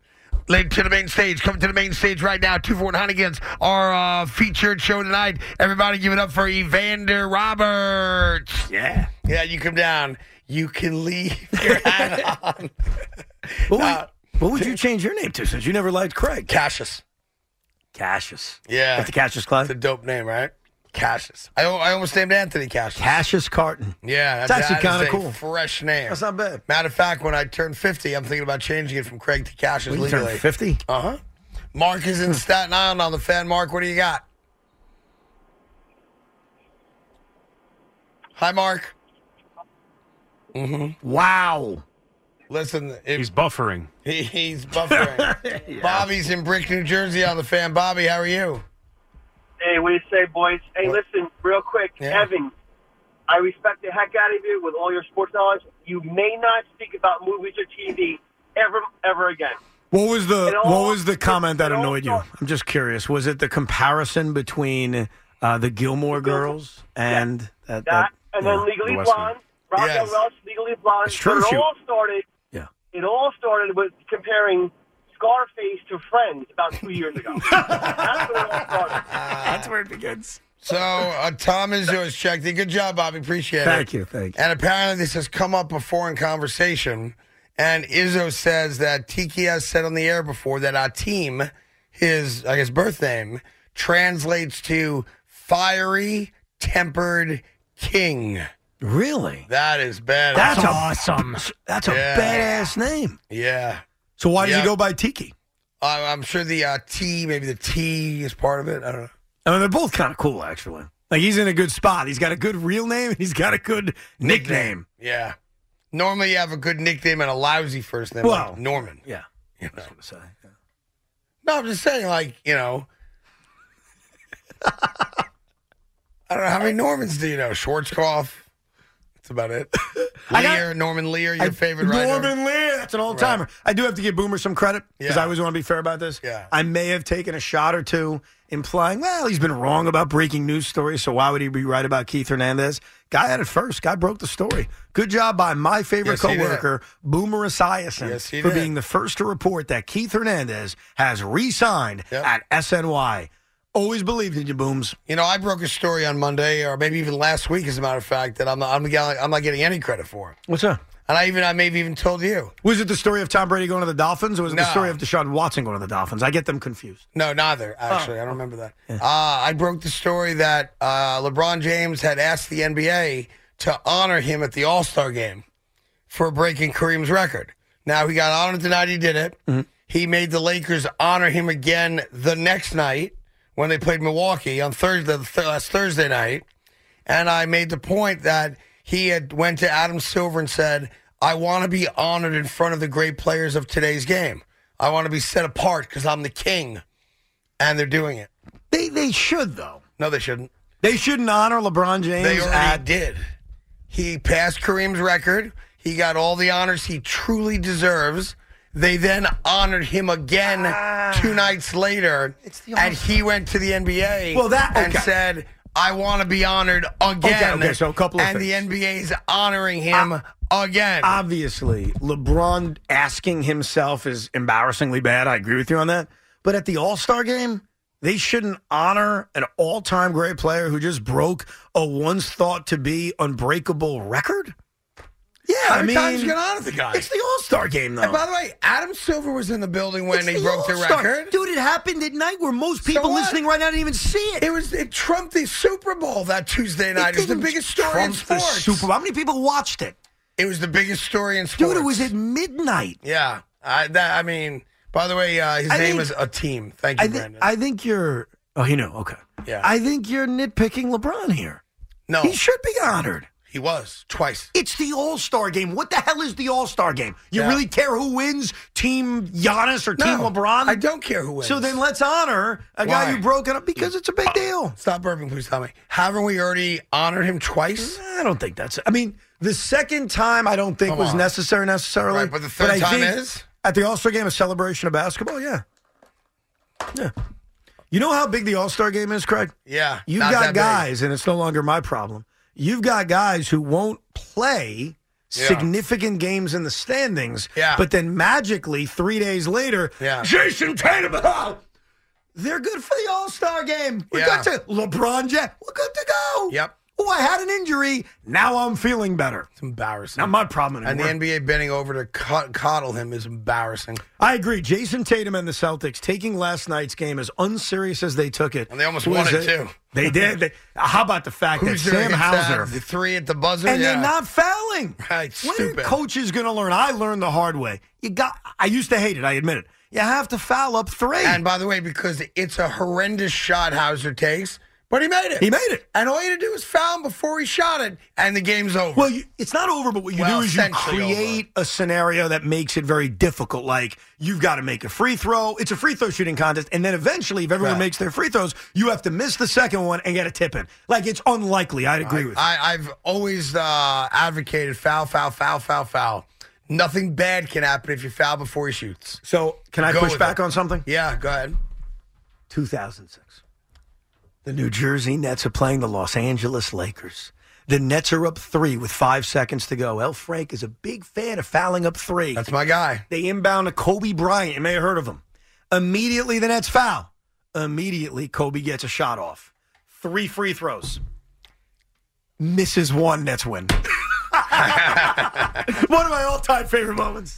Ladies to the main stage. Come to the main stage right now. Two for one Huntington's our uh, featured show tonight. Everybody, give it up for Evander Roberts.
yeah.
Yeah, you come down. You can leave your hat on.
What would,
Uh,
what would you change your name to since you never liked Craig?
Cassius.
Cassius.
Yeah.
Like the Cassius Clay?
It's a dope name, right? Cassius. I, I almost named Anthony Cassius.
Cassius Carton.
yeah,
It's actually
that is
kinda
a
cool.
Fresh name.
That's not bad.
Matter of fact, when I turn 50, I'm thinking about changing it from Craig to Cassius
When you turn
legally.
50?
Uh huh. Mark is in Staten Island on the fan. Mark, what do you got? Hi, Mark. Mm-hmm.
Wow.
Listen, if
He's buffering.
he, he's buffering. Bobby's in Brick, New Jersey on the fan. Bobby, how are you?
Hey, what do you say, boys? Hey, listen, real quick,
Yeah.
Evan, I respect the heck out of you with all your sports knowledge. You may not speak about movies or TV ever, ever again.
What was the
It all-
what was the comment that
it all
annoyed you?
starts-
I'm just curious. Was it the comparison between uh, the Gilmore Girls and
That,
that, that-
and
yeah.
then Legally
the West
Blonde, Rock
Yes.
and Welch, Legally Blonde.
It's true,
But
she-
It all started.
Yeah.
It all started with comparing Scarface to Friends about two years ago. That's where it all started.
That's where it begins.
So, uh, Tom is yours, checked in. Good job, Bobby. Appreciate it.
Thank you, thank you.
And apparently, this has come up before in conversation. And Izzo says that Tiki has said on the air before that Atim, his, I guess, birth name, translates to fiery tempered king.
Really?
That is bad.
That's, a-
awesome.
That's a
Yeah.
badass name.
yeah.
So why does
Yeah.
he go by Tiki?
I I'm sure the uh, T, maybe the T is part of it. I don't know.
I mean, they're both kind of cool, actually. Like he's in a good spot. He's got a good real name. and He's got a good nickname.
Yeah. Normally, you have a good nickname and a lousy first name.
Well,
like Norman.
Yeah.
You know. No, I'm just saying, like, you know. I don't know. How many Normans do you know? Schwarzkopf. That's about it. Lear, Norman Lear, your
I-
favorite writer.
Norman Lear. That's an old timer. I do have to give Boomer some credit because I always want to be fair about this. Yeah. I may have taken a shot or two implying, well, he's been wrong about breaking news stories, so why would he be right about Keith Hernandez? Guy had it first. Guy broke the story. Good job by my favorite
Yes, he did.
coworker, Boomer Esiason,
Yes, he
for
did.
being the first to report that Keith Hernandez has re-signed at SNY. Always believed in you, Booms.
You know, I broke a story on Monday, or maybe even last week, as a matter of fact, that I'm not, I'm, not- I'm not getting any credit for.
What's up?
And I even I maybe even told you.
Was it the story of Tom Brady going to the Dolphins, or was it
No.
the story of Deshaun Watson going to the Dolphins? I get them confused.
No, neither. Actually, I don't remember that. Uh, I broke the story that uh, LeBron James had asked the NBA to honor him at the All Star game for breaking Kareem's record. Now he got honored tonight. He did it. He made the Lakers honor him again the next night when they played Milwaukee on Thursday th- last Thursday night. And I made the point that he had went to Adam Silver and said, "I want to be honored in front of the great players of today's game. I want to be set apart because I'm the king." And they're doing it.
They they should though.
No, they shouldn't.
They shouldn't honor LeBron James.
They already
at-
did. He passed Kareem's record. He got all the honors he truly deserves. They then honored him again two nights later, and he went to Ah. the NBA
Well, that-
and
okay.
said, "I want to be honored again."
Okay, okay, so a couple of
and
things.
the NBA's honoring him again.
Obviously, LeBron asking himself is embarrassingly bad. I agree with you on that. But at the All Star game, they shouldn't honor an all time great player who just broke a once thought to be unbreakable record. Yeah,
How
I
many
mean,
times you gonna honor the guy?
It's the All Star game, though.
And by the way, Adam Silver was in the building when
It's
he broke the
All-Star.
record.
dude. It happened at night where most people
what?
listening right now didn't even see it.
It was it trumped the Super Bowl that Tuesday night. It, was the
didn't
biggest story in
trump the
sports.
Super Bowl. How many people watched it?
It was the biggest story in sports.
Dude, it was at midnight.
Yeah, I, that, I mean, by the way, uh, his
I
name
think-
is a team. Thank you,
I think
Brandon.
I think you're. Oh, you know. Okay.
Yeah. Oh.
I think you're nitpicking LeBron here.
No,
He should be honored.
he was twice.
It's the All Star game. What the hell is the All Star game? You
Yeah.
really care who wins, Team Giannis or
No,
Team LeBron?
I don't care who wins.
So then let's honor a guy
Why? Oh.
who broke it up because it's a big deal.
stop burping, please tell me. Haven't we already honored him twice?
I don't think that's. I mean, the second time I don't think
Come
was
on.
necessary necessarily.
Right, but the third
I
time
think
is?
at the All Star game, a celebration of basketball. Yeah, yeah. You know how big the All Star game is, Craig?
Yeah,
You've
not that
got
big.
guys, and it's no longer my problem. You've got guys who won't play
Yeah.
significant games in the standings,
Yeah.
but then magically three days later,
Yeah.
Jason Tatum, oh, they're good for the All Star game. We're
Yeah.
good to LeBron James. We're good to go.
Yep.
Oh, I had an injury. Now I'm feeling better.
It's embarrassing.
Not my problem
and the
anymore.
NBA bending over to co- coddle him is embarrassing.
I agree. Jason Tatum and the Celtics taking last night's game as unserious as they took it.
And they almost
was
won it,
a-
too.
They did. They- how about the fact that
Who's
Sam Hauser
uh, The three at the buzzer.
and
yeah.
they're not fouling.
Right,
When
stupid.
are coaches going to learn? I learned the hard way. You got. I used to hate it. I admit it. You have to foul up three.
And by the way, because it's a horrendous shot Hauser takes, but he made it.
He made it.
And all he had to do was foul him before he shot it, and the game's over.
Well, you, it's not over, but what you
Well,
do is you
essentially
create a scenario that makes it very difficult. Like you've got to make a free throw. It's a free throw shooting contest, and then eventually, if everyone
Right.
makes their free throws, you have to miss the second one and get a tip in. Like it's unlikely. I'd agree with. you.
I, I've always uh, advocated foul, foul, foul, foul, foul. Nothing bad can happen if you foul before he shoots.
So can I
Go
push
with
back
it.
on something?
Yeah, go ahead.
2006. The New Jersey Nets are playing the Los Angeles Lakers. The Nets are up three with five seconds to go. El Frank is a big fan of fouling up three.
That's my guy.
They inbound to Kobe Bryant. You may have heard of him. Immediately, the Nets foul. Immediately, Kobe gets a shot off. Three free throws. Misses one, Nets win. one of my all time favorite moments.